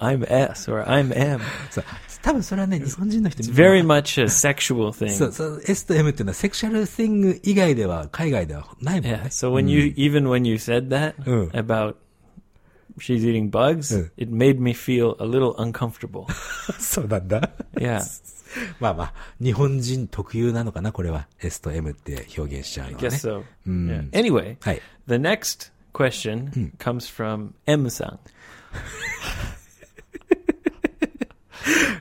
[SPEAKER 1] I'm S or I'm M.
[SPEAKER 2] そう多分それはね、日本人の人
[SPEAKER 1] It's
[SPEAKER 2] み
[SPEAKER 1] very much a sexual
[SPEAKER 2] そう、
[SPEAKER 1] thing.
[SPEAKER 2] そう、S と M っていうのはセクシャルシング以外では、海外ではないもん
[SPEAKER 1] Yeah.
[SPEAKER 2] ね。
[SPEAKER 1] So when you even when you said that
[SPEAKER 2] Mm.
[SPEAKER 1] about she's eating bugs,
[SPEAKER 2] Mm.
[SPEAKER 1] it made me feel a little uncomfortable.
[SPEAKER 2] (laughs) そうなんだ。
[SPEAKER 1] Yeah.
[SPEAKER 2] まあまあ、日本人特有なのかな、これは。S と M って表現しちゃうの
[SPEAKER 1] I
[SPEAKER 2] はね。
[SPEAKER 1] guess so. Yeah.
[SPEAKER 2] Mm.
[SPEAKER 1] Anyway,
[SPEAKER 2] はい。
[SPEAKER 1] the next question comes from M Sang.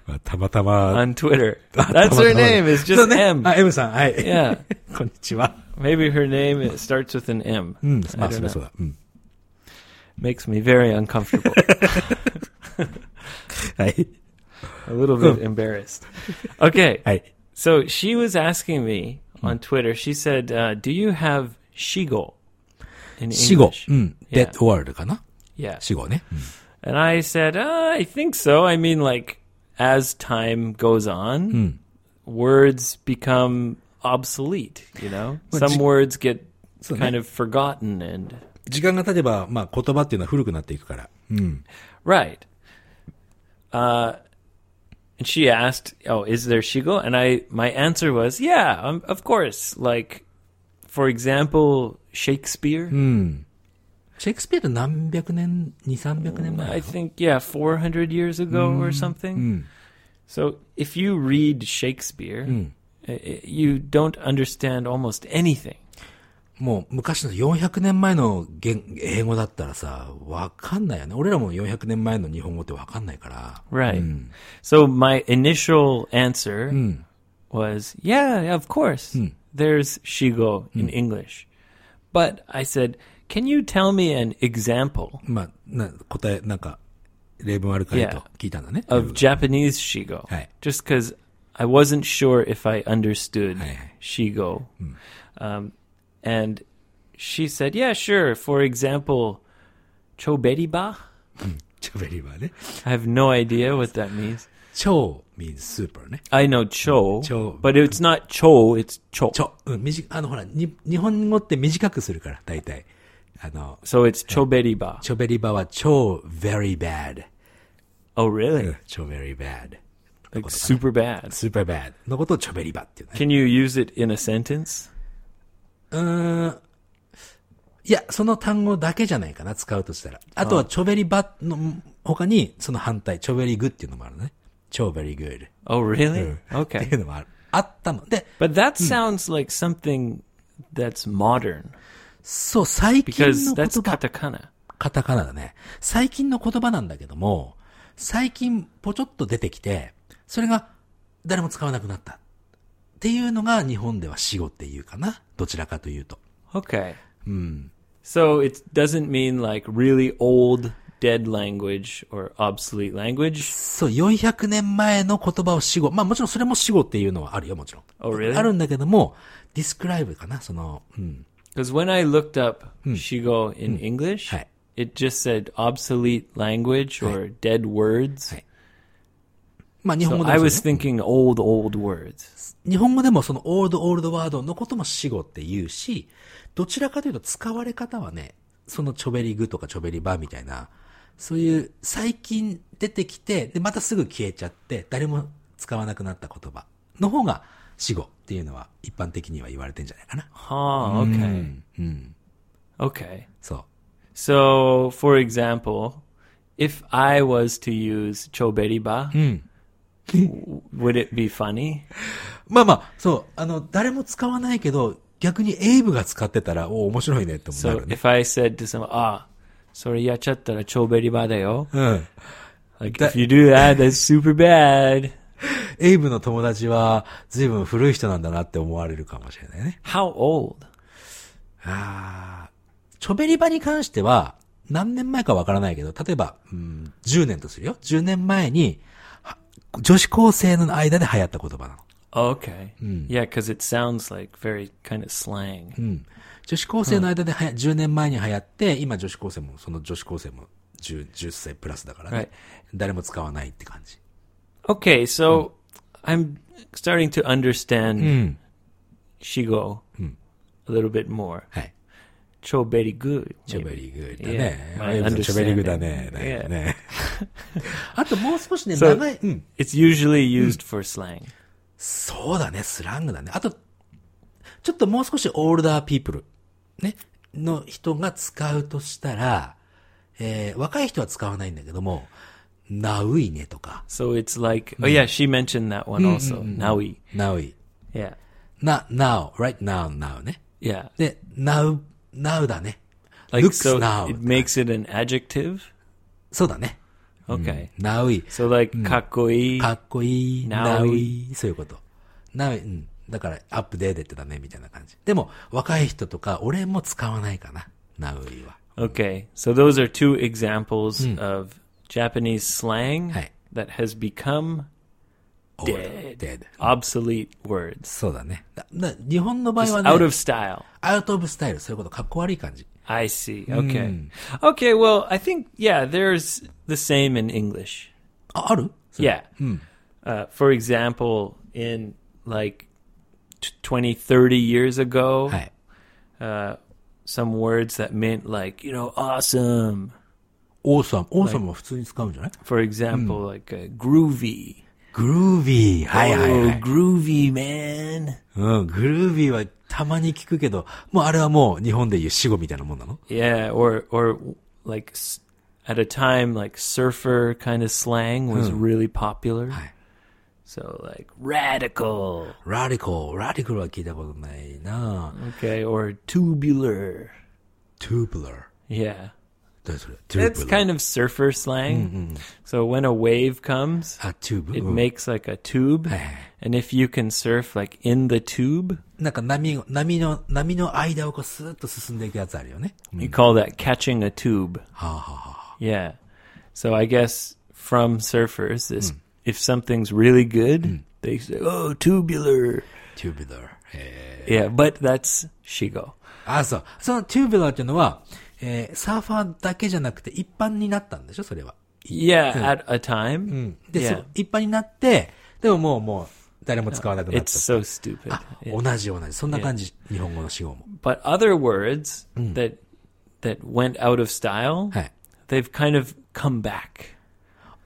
[SPEAKER 2] まあたまたま。
[SPEAKER 1] on Twitter. That's her name. It's
[SPEAKER 2] そ
[SPEAKER 1] just
[SPEAKER 2] う (laughs) ね
[SPEAKER 1] M.
[SPEAKER 2] あ、M さん、はい。
[SPEAKER 1] Yeah.
[SPEAKER 2] こんにちは。
[SPEAKER 1] Maybe her name it starts with an M.
[SPEAKER 2] うん、
[SPEAKER 1] I
[SPEAKER 2] まあ、
[SPEAKER 1] don't
[SPEAKER 2] そ
[SPEAKER 1] know.
[SPEAKER 2] りゃそうだ。うん。
[SPEAKER 1] Makes me very uncomfortable.
[SPEAKER 2] はい。
[SPEAKER 1] a little bit embarrassed. Okay.
[SPEAKER 2] はい。
[SPEAKER 1] So she was asking me on Twitter. She said, uh, "Do you have shigo in
[SPEAKER 2] 死語
[SPEAKER 1] English?"
[SPEAKER 2] うん。
[SPEAKER 1] Yeah.
[SPEAKER 2] dead word かな
[SPEAKER 1] Yeah.
[SPEAKER 2] 死語ね。うん
[SPEAKER 1] And I said, uh, "I think so. I mean, like as time goes on,
[SPEAKER 2] Hmm.
[SPEAKER 1] words become obsolete. You know,
[SPEAKER 2] Well,
[SPEAKER 1] some
[SPEAKER 2] ji-
[SPEAKER 1] words get
[SPEAKER 2] So
[SPEAKER 1] kind
[SPEAKER 2] ne-
[SPEAKER 1] of forgotten and
[SPEAKER 2] 時間が経てば、まあ、言葉っていうのは古くなっていくから。うん。
[SPEAKER 1] Right. Uh, and she asked, "Oh, is there shigo?" And I, my answer was, "Yeah, um, of course." Like, for example,
[SPEAKER 2] Hmm.
[SPEAKER 1] Shakespeare.
[SPEAKER 2] シェイクスピアって何百年、二三百年前
[SPEAKER 1] I think, yeah, four hundred years ago or something. So, if you read Shakespeare, i- i- you don't understand almost anything.
[SPEAKER 2] もう昔の400年前の言英語だったらさ、わかんないよね。俺らも400年前の日本語ってわかんないから。
[SPEAKER 1] Right. Mm. So my initial answer was, yeah, of course. There's shigo in English. But I said, can you tell me an example
[SPEAKER 2] まあ、な答え、なんか、例文あるかいと
[SPEAKER 1] Yeah.
[SPEAKER 2] 聞いたんだね。
[SPEAKER 1] of Japanese shigo?
[SPEAKER 2] Hi.
[SPEAKER 1] Just because I wasn't sure if I understood
[SPEAKER 2] Hi, hi.
[SPEAKER 1] shigo. Um, and she said, yeah, sure. For example, choberiba.
[SPEAKER 2] チョベリバね。
[SPEAKER 1] I have no idea what that means.
[SPEAKER 2] 超 means super ね。
[SPEAKER 1] I know cho,
[SPEAKER 2] Cho.
[SPEAKER 1] but it's not cho, it's cho.
[SPEAKER 2] 超、うん、短、あの、ほら、に、日本語って短くするから、大体。あの、
[SPEAKER 1] So it's choberiba.
[SPEAKER 2] チョベリバは超 very bad。
[SPEAKER 1] Oh, really?
[SPEAKER 2] 超 very bad。
[SPEAKER 1] Like super bad.
[SPEAKER 2] super bad のことをチョベリバっていうね。
[SPEAKER 1] Can you use it in a sentence?
[SPEAKER 2] うーん。いや、その単語だけじゃないかな、使うとしたら。あとは、チョベリバのん他に、その反対、チョベリグっていうのもあるね。チョベリグール。
[SPEAKER 1] Oh, really?
[SPEAKER 2] ってい (laughs)
[SPEAKER 1] Okay.
[SPEAKER 2] うのもある。あったので、
[SPEAKER 1] But that sounds like something that's modern
[SPEAKER 2] そう、最近
[SPEAKER 1] because
[SPEAKER 2] の言
[SPEAKER 1] that's
[SPEAKER 2] 葉、
[SPEAKER 1] katakana.
[SPEAKER 2] カタカナだね。最近の言葉なんだけども、最近ポチョっと出てきて、それが誰も使わなくなった。っていうのが日本では死語っていうかな。どちらかというと。
[SPEAKER 1] Okay. Hmm. So it doesn't mean like really old, dead language or obsolete language.
[SPEAKER 2] そう、400年前の言葉を死語。まあもちろんそれも死語っていうのはあるよ、もちろん。
[SPEAKER 1] Oh, really?
[SPEAKER 2] あるんだけども、ディスクライブかな、その、うん。
[SPEAKER 1] Because when I looked up shigo in English,
[SPEAKER 2] Hi.
[SPEAKER 1] it just said obsolete language or dead words.
[SPEAKER 2] Hi. まあ日本
[SPEAKER 1] So
[SPEAKER 2] 語で
[SPEAKER 1] I
[SPEAKER 2] も
[SPEAKER 1] was
[SPEAKER 2] そうね
[SPEAKER 1] thinking old, old words.
[SPEAKER 2] 日本語でもそのオールドオールドワードのことも死語って言うし、どちらかというと使われ方はね、そのちょべりぐとかちょべりばみたいな、そういう最近出てきて、で、またすぐ消えちゃって、誰も使わなくなった言葉の方が死語っていうのは一般的には言われてんじゃないかな。
[SPEAKER 1] Huh, okay. Hmm.
[SPEAKER 2] うん。
[SPEAKER 1] Okay.
[SPEAKER 2] そ
[SPEAKER 1] So, for example, if I was to use choberiba,
[SPEAKER 2] う。うん。
[SPEAKER 1] would it be funny?
[SPEAKER 2] まあまあ、そう、あの、誰も使わないけど、逆にエイブが使ってたら、お面白いねって思
[SPEAKER 1] So,
[SPEAKER 2] うね。
[SPEAKER 1] if I said to someone, ah, sorry, yachattara choberiba yo.
[SPEAKER 2] うん。
[SPEAKER 1] Like,
[SPEAKER 2] That-
[SPEAKER 1] if you do that, that's super bad.
[SPEAKER 2] エイブの友達は、随分古い人なんだなって思われるかもしれないね。
[SPEAKER 1] How old?
[SPEAKER 2] ああ。チョベリバに関しては、何年前かわからないけど、例えば、うん、10年とするよ。10年前に、は女子高生の間で流行った言葉なの。Oh,
[SPEAKER 1] Okay. Hmm.
[SPEAKER 2] Hmm.
[SPEAKER 1] Yeah, because it sounds like very kind of slang.
[SPEAKER 2] うん。女子高生の間ではや、10年前に流行って、今女子高生も、その女子高生も 10, 10歳プラスだからね。
[SPEAKER 1] Right.
[SPEAKER 2] 誰も使わないって感じ。
[SPEAKER 1] Okay,
[SPEAKER 2] Hmm.
[SPEAKER 1] so I'm starting to understand Shigo
[SPEAKER 2] Hmm.
[SPEAKER 1] a little bit more.
[SPEAKER 2] はい。
[SPEAKER 1] Cho very good.
[SPEAKER 2] チョ
[SPEAKER 1] maybe.
[SPEAKER 2] ベリグだ
[SPEAKER 1] Yeah,
[SPEAKER 2] ね。
[SPEAKER 1] my
[SPEAKER 2] エイブさんチョベリグだね。
[SPEAKER 1] understanding.
[SPEAKER 2] だよね。 (laughs) あともう少しね、
[SPEAKER 1] So-
[SPEAKER 2] 長い、うん。
[SPEAKER 1] It's usually
[SPEAKER 2] Hmm.
[SPEAKER 1] used for slang.
[SPEAKER 2] そうだね、スラングだね。あと、ちょっともう少しオールダーピープル、ね、の人が使うとしたら、えー、若い人は使わないんだけども、ナウイねとか、
[SPEAKER 1] So it's like, oh
[SPEAKER 2] Hmm.
[SPEAKER 1] yeah, she mentioned that one also. Naui.
[SPEAKER 2] ナウイ。
[SPEAKER 1] Yeah.
[SPEAKER 2] な、now, right now, now ね。
[SPEAKER 1] Yeah.
[SPEAKER 2] で、now, now だね。
[SPEAKER 1] Like,
[SPEAKER 2] looks
[SPEAKER 1] so
[SPEAKER 2] now.
[SPEAKER 1] it makes it an adjective.
[SPEAKER 2] そうだね。
[SPEAKER 1] Okay.
[SPEAKER 2] ナウイ。
[SPEAKER 1] Mm. So like, kakoi.
[SPEAKER 2] かっこいい、
[SPEAKER 1] ナウイ
[SPEAKER 2] ナウイ、そういうこと。ナウイ、うん。だから、アップデートだね、みたいな感じ。でも、若い人とか、俺も使わないかな、ナウイは。
[SPEAKER 1] Okay, so those are two examples of Japanese slang
[SPEAKER 2] Hey.
[SPEAKER 1] that has become
[SPEAKER 2] オール
[SPEAKER 1] Dead.
[SPEAKER 2] デート
[SPEAKER 1] obsolete words,
[SPEAKER 2] そうだね。だだ日本の場合
[SPEAKER 1] It's
[SPEAKER 2] はね、
[SPEAKER 1] out of style.
[SPEAKER 2] アウトオブスタイル、そういうこと、かっこ悪い感じ。
[SPEAKER 1] I see. Okay, okay. Well, I think yeah, there's the same in English.
[SPEAKER 2] あ、ある
[SPEAKER 1] Yeah. Uh, for example, in like t- 20, 30 years ago,
[SPEAKER 2] はい。
[SPEAKER 1] uh, some words that meant like you know awesome.
[SPEAKER 2] オーサム、オーサムは普通に使うんじゃない
[SPEAKER 1] For example, like uh, groovy.
[SPEAKER 2] グルービー。はいはいは
[SPEAKER 1] Oh,
[SPEAKER 2] い。
[SPEAKER 1] groovy man.
[SPEAKER 2] うん、グルービーはたまに聞くけど、もうあれはもう日本でいう死語みたいなもんなの
[SPEAKER 1] Yeah, or or like s- at a time like surfer kind of slang was really popular.
[SPEAKER 2] Hi.
[SPEAKER 1] So like radical,
[SPEAKER 2] ラディコル、ラディコルは聞いたことないな
[SPEAKER 1] okay, or tubular.
[SPEAKER 2] トゥーブラー。
[SPEAKER 1] Yeah.
[SPEAKER 2] どうそれトゥーブラ
[SPEAKER 1] That's
[SPEAKER 2] ー。
[SPEAKER 1] kind of surfer slang. So when a wave comes,
[SPEAKER 2] あ、トゥーブ
[SPEAKER 1] it
[SPEAKER 2] うん
[SPEAKER 1] makes like a tube. And if you can surf like in the tube,
[SPEAKER 2] なんか波、波の、波の間をこうスーッと進んでいくやつあるよね。
[SPEAKER 1] you call that catching a tube.
[SPEAKER 2] はあ、はあはあ、
[SPEAKER 1] Yeah. So I guess from surfers, this if something's really good, they say, "Oh, tubular."
[SPEAKER 2] トゥーブラー。へえ。
[SPEAKER 1] Yeah, but that's Shigo.
[SPEAKER 2] あ、そう。そのトゥーブラーっていうのは、えーサーファーだけじゃなくて一般になったんでしょそれは。
[SPEAKER 1] Yeah,
[SPEAKER 2] Hmm.
[SPEAKER 1] at a time.
[SPEAKER 2] で、
[SPEAKER 1] Yeah.
[SPEAKER 2] そう一般になって、でももうもう誰も使わなくなっ
[SPEAKER 1] It's
[SPEAKER 2] た。
[SPEAKER 1] so stupid.
[SPEAKER 2] 同じ同じ。そんな感じ。日本語の死語も。
[SPEAKER 1] But other words
[SPEAKER 2] Hmm.
[SPEAKER 1] that that went out of style,
[SPEAKER 2] はい。
[SPEAKER 1] they've kind of come back.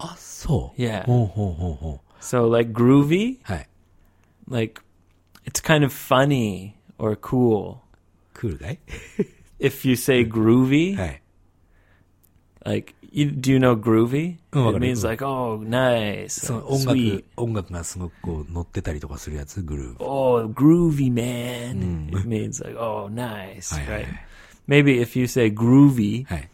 [SPEAKER 2] あ、そう。
[SPEAKER 1] Yeah.
[SPEAKER 2] ほうほうほうほう。
[SPEAKER 1] So like groovy,
[SPEAKER 2] はい。
[SPEAKER 1] like it's kind of funny or cool.
[SPEAKER 2] クールかい
[SPEAKER 1] If you say
[SPEAKER 2] Hmm.
[SPEAKER 1] groovy,
[SPEAKER 2] (laughs) はい。
[SPEAKER 1] Like, you, do you know groovy?
[SPEAKER 2] Oh, I
[SPEAKER 1] it
[SPEAKER 2] got
[SPEAKER 1] means
[SPEAKER 2] it.
[SPEAKER 1] like, oh, nice,
[SPEAKER 2] その
[SPEAKER 1] like,
[SPEAKER 2] 音楽
[SPEAKER 1] sweet,、
[SPEAKER 2] 音楽がすごくこう乗ってたりとかするやつ、グループ。
[SPEAKER 1] oh, groovy, man. It means like, oh, nice,
[SPEAKER 2] Hmm. Aye, aye,
[SPEAKER 1] right?
[SPEAKER 2] aye.
[SPEAKER 1] Maybe if you say groovy,
[SPEAKER 2] はい。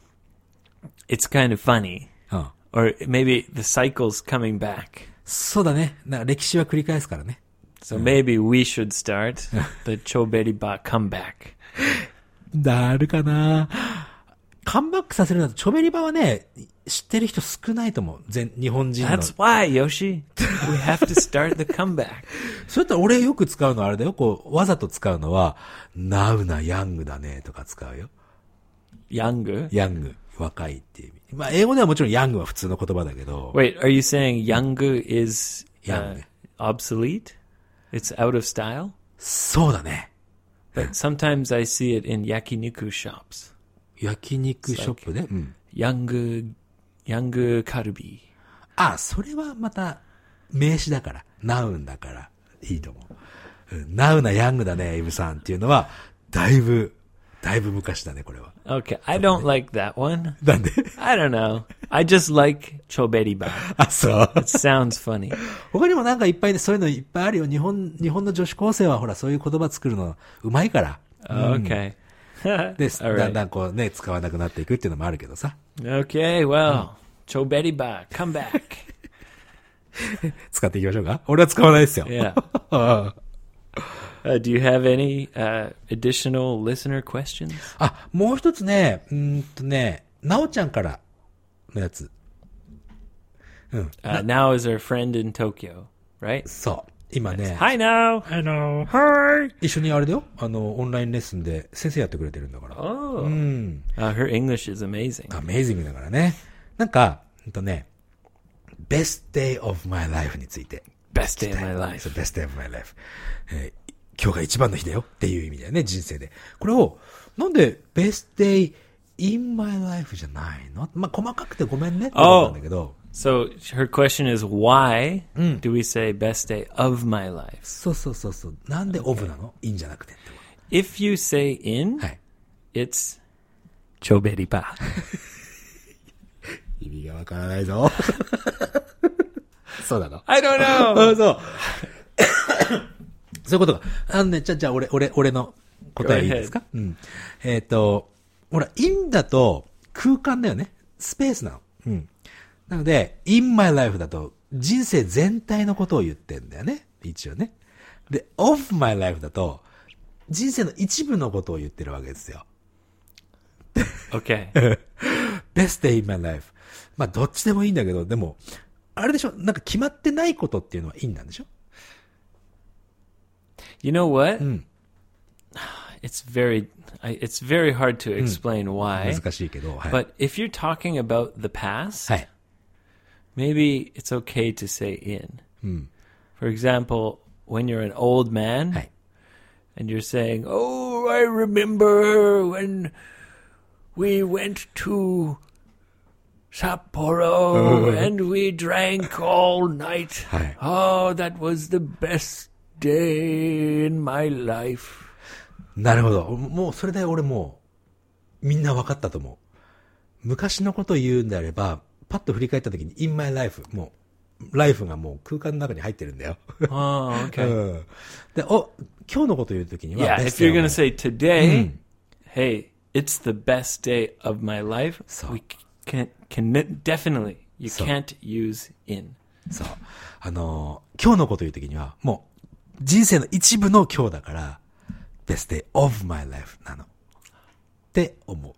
[SPEAKER 1] it's kind of funny,
[SPEAKER 2] うん。
[SPEAKER 1] or maybe the cycle's coming back.
[SPEAKER 2] そうだね。なんか歴史は繰り返すからね。
[SPEAKER 1] So maybe we should start the Choberiba comeback.
[SPEAKER 2] なるかなカムバックさせるなんて、チョベリバはね、知ってる人少ないと思う。全、日本人の。
[SPEAKER 1] That's why Yoshi, we have to start the comeback.
[SPEAKER 2] それと俺よく使うのはあれだよ。こう、わざと使うのは、ナウなヤングだねとか使うよ。
[SPEAKER 1] Younger,
[SPEAKER 2] ヤング、若いっていう意味。まあ、英語ではもちろんヤングは普通の言葉だけど、
[SPEAKER 1] Wait, are you saying young is uh,
[SPEAKER 2] Young.
[SPEAKER 1] obsolete? It's out of style?
[SPEAKER 2] そうだね。
[SPEAKER 1] But sometimes I see it in yakiniku shops.
[SPEAKER 2] 焼肉ショップね。うん。
[SPEAKER 1] Young, young karubi.
[SPEAKER 2] あ、それはまた、名詞だから、ナウンだから、いいと思う。うん、ナウなヤングだね、イブさんっていうのは、だいぶ、だいぶ昔だね、これは。
[SPEAKER 1] Okay, I don't like that one.
[SPEAKER 2] な
[SPEAKER 1] (laughs)
[SPEAKER 2] んで
[SPEAKER 1] I don't know. I just like choberiba.
[SPEAKER 2] あ、そう。
[SPEAKER 1] Sounds funny.
[SPEAKER 2] 他にもなんかいっぱいで、そういうのいっぱいあるよ。日本、日本の女子高生はほら、そういう言葉作るのうまいから。
[SPEAKER 1] Okay.
[SPEAKER 2] で、
[SPEAKER 1] All
[SPEAKER 2] だん
[SPEAKER 1] right.
[SPEAKER 2] だんこうね、使わなくなっていくっていうのもあるけどさ。
[SPEAKER 1] Okay, well, choberiba, come (laughs) back.
[SPEAKER 2] 使っていきましょうか俺は使わないですよ。
[SPEAKER 1] (laughs) Yeah. Uh, do you have any uh, additional listener questions?
[SPEAKER 2] あ、もう一つね、うーんとね、なおちゃんからのやつ。
[SPEAKER 1] Uh, now is our friend in Tokyo, right?
[SPEAKER 2] そう。今ね、
[SPEAKER 1] Hi now. Hi now. Hi.
[SPEAKER 2] 一緒にあれだよ。あの、オンラインレッスンで先生やってくれてるんだから。
[SPEAKER 1] Oh,
[SPEAKER 2] うん。
[SPEAKER 1] uh, her English is amazing.
[SPEAKER 2] アメイジングだからね。なんか、うんとね、best day of my life について。
[SPEAKER 1] Best day of my
[SPEAKER 2] そう
[SPEAKER 1] life.
[SPEAKER 2] best day of my life、えー今日が一番の日だよっていう意味だよね、人生で。これを、なんで best day in my life じゃないのまあ、細かくてごめんねってことなんだけど。
[SPEAKER 1] So her question is, why do we say best day of my life?
[SPEAKER 2] そうそうそうそう。なんでオブなのいいんじゃなくてってこ
[SPEAKER 1] If you say in,
[SPEAKER 2] と。はい。
[SPEAKER 1] it's choberiba.
[SPEAKER 2] 意味がわからない (laughs) ぞ。そうなの
[SPEAKER 1] I don't (laughs) know.
[SPEAKER 2] あ、そう。 (coughs) そういうことか。あのね、じゃあ、じゃあ、俺、俺、俺の答えいいですかうん。えっ、と、ほら、in だと空間だよね。スペースなの。うん。なので、in my life だと人生全体のことを言ってんだよね。一応ね。で、of my life だと人生の一部のことを言ってるわけですよ。
[SPEAKER 1] Okay.
[SPEAKER 2] best day in my life。まあ、どっちでもいいんだけど、でも、あれでしょなんか決まってないことっていうのは in なんでしょ
[SPEAKER 1] You know what?
[SPEAKER 2] Mm.
[SPEAKER 1] (sighs) It's very, I, it's very hard to explain why.
[SPEAKER 2] 難しいけど、はい。
[SPEAKER 1] But if you're talking about the past,
[SPEAKER 2] はい。
[SPEAKER 1] maybe it's okay to say in. For example, when you're an old man
[SPEAKER 2] はい。
[SPEAKER 1] and you're saying, "Oh, I remember when we went to Sapporo and we drank all night.
[SPEAKER 2] Hi.
[SPEAKER 1] Oh, that was the best day in my life."
[SPEAKER 2] なるほど。もう、それで俺もう、みんな分かったと思う。昔のことを言うんであれば、パッと振り返った時に、in my life、もう、ライフがもう空間の中に入ってるんだよ。
[SPEAKER 1] Oh,
[SPEAKER 2] う
[SPEAKER 1] okay.
[SPEAKER 2] ん。 (laughs) で、お、今日のことを言う時には、
[SPEAKER 1] yeah,
[SPEAKER 2] Uh, best
[SPEAKER 1] if you're
[SPEAKER 2] day
[SPEAKER 1] gonna
[SPEAKER 2] of
[SPEAKER 1] say today, hey, it's the best day of my life,
[SPEAKER 2] So.
[SPEAKER 1] we c- can can definitely you
[SPEAKER 2] So.
[SPEAKER 1] can't use in.
[SPEAKER 2] my- そう。あのー今日のことを言う時には、もう、人生の一部の今日だから、best day of my life なの。って思う。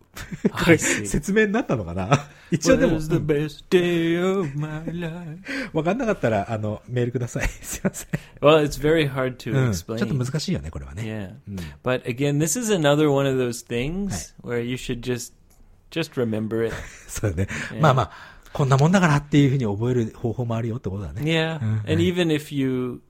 [SPEAKER 2] これ、
[SPEAKER 1] see.
[SPEAKER 2] 説明になったのかな一応でも。
[SPEAKER 1] the best day of my life.
[SPEAKER 2] わかんなかったら、あの、メールください。 (laughs) すいません。
[SPEAKER 1] Well, it's very hard to
[SPEAKER 2] うん、ちょ
[SPEAKER 1] explain.
[SPEAKER 2] っと難しいよね、これはね。
[SPEAKER 1] yeah, but again, this is another one of those things where you should just just remember it.
[SPEAKER 2] (laughs) そうだね。まあまあ、こんなもんだからっていうふうに覚える方法もあるよってことだね。
[SPEAKER 1] Yeah, and even if you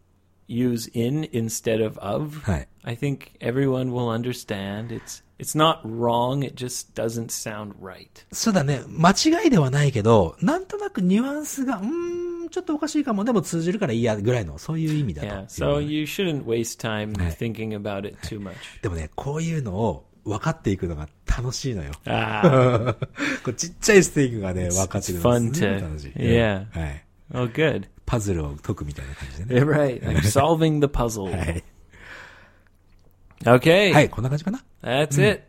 [SPEAKER 1] use in instead of of,
[SPEAKER 2] はい。
[SPEAKER 1] I think everyone will understand. It's it's not wrong. It just doesn't sound right.
[SPEAKER 2] そうだね。間違いではないけど、なんとなくニュアンスが、うーん、ちょっとおかしいかも、でも通じるからいいや、ぐらいの、そういう意味だと。
[SPEAKER 1] Yeah. So you shouldn't waste time
[SPEAKER 2] Right.
[SPEAKER 1] thinking about it too much.
[SPEAKER 2] でもね、こういうのを分かっていくのが楽しいのよ。
[SPEAKER 1] Ah.
[SPEAKER 2] (laughs) こうちっちゃいステーキがね、分かっていくのが
[SPEAKER 1] fun
[SPEAKER 2] すごい
[SPEAKER 1] to-
[SPEAKER 2] 楽しい。
[SPEAKER 1] Yeah.
[SPEAKER 2] うんはい。
[SPEAKER 1] Oh, good.
[SPEAKER 2] パズルを解くみたいな感じでね。
[SPEAKER 1] You're right. I'm solving the puzzle.
[SPEAKER 2] はい。
[SPEAKER 1] Okay.
[SPEAKER 2] はい、こんな感じかな。
[SPEAKER 1] That's it.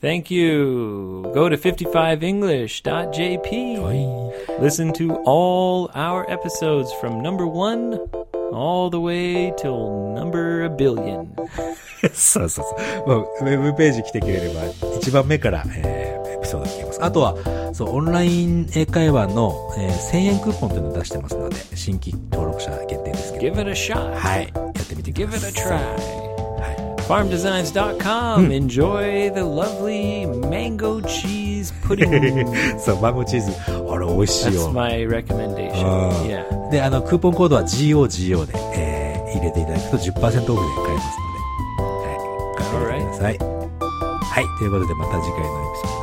[SPEAKER 1] Thank you. Go to 55english.jp.
[SPEAKER 2] はい。
[SPEAKER 1] Listen to all our episodes from number one all the way till number a billion.
[SPEAKER 2] そうそうそう。もう、ウェブページ来てくれれば、一番目から、えーエピソード聞けます。あとは、そう、オンライン英会話の、えー1000円クーポンというのを出してますので、新規登録者限定ですけど、
[SPEAKER 1] Give it a shot.
[SPEAKER 2] はい、やってみてく
[SPEAKER 1] Give
[SPEAKER 2] だ
[SPEAKER 1] it
[SPEAKER 2] さい。
[SPEAKER 1] a try. FarmDesigns.com. Enjoy the lovely mango cheese cheese pudding.
[SPEAKER 2] (laughs) そう、マンゴーチーズ。あれ、美味しい
[SPEAKER 1] That's
[SPEAKER 2] よ。
[SPEAKER 1] my recommendation.
[SPEAKER 2] うん
[SPEAKER 1] Yeah.
[SPEAKER 2] で、あの、クーポンコードは GOGO で、えー入れていただくと10%オフで買えますので、はい、買ってみてください。はい、ということでまた次回のエピソードで。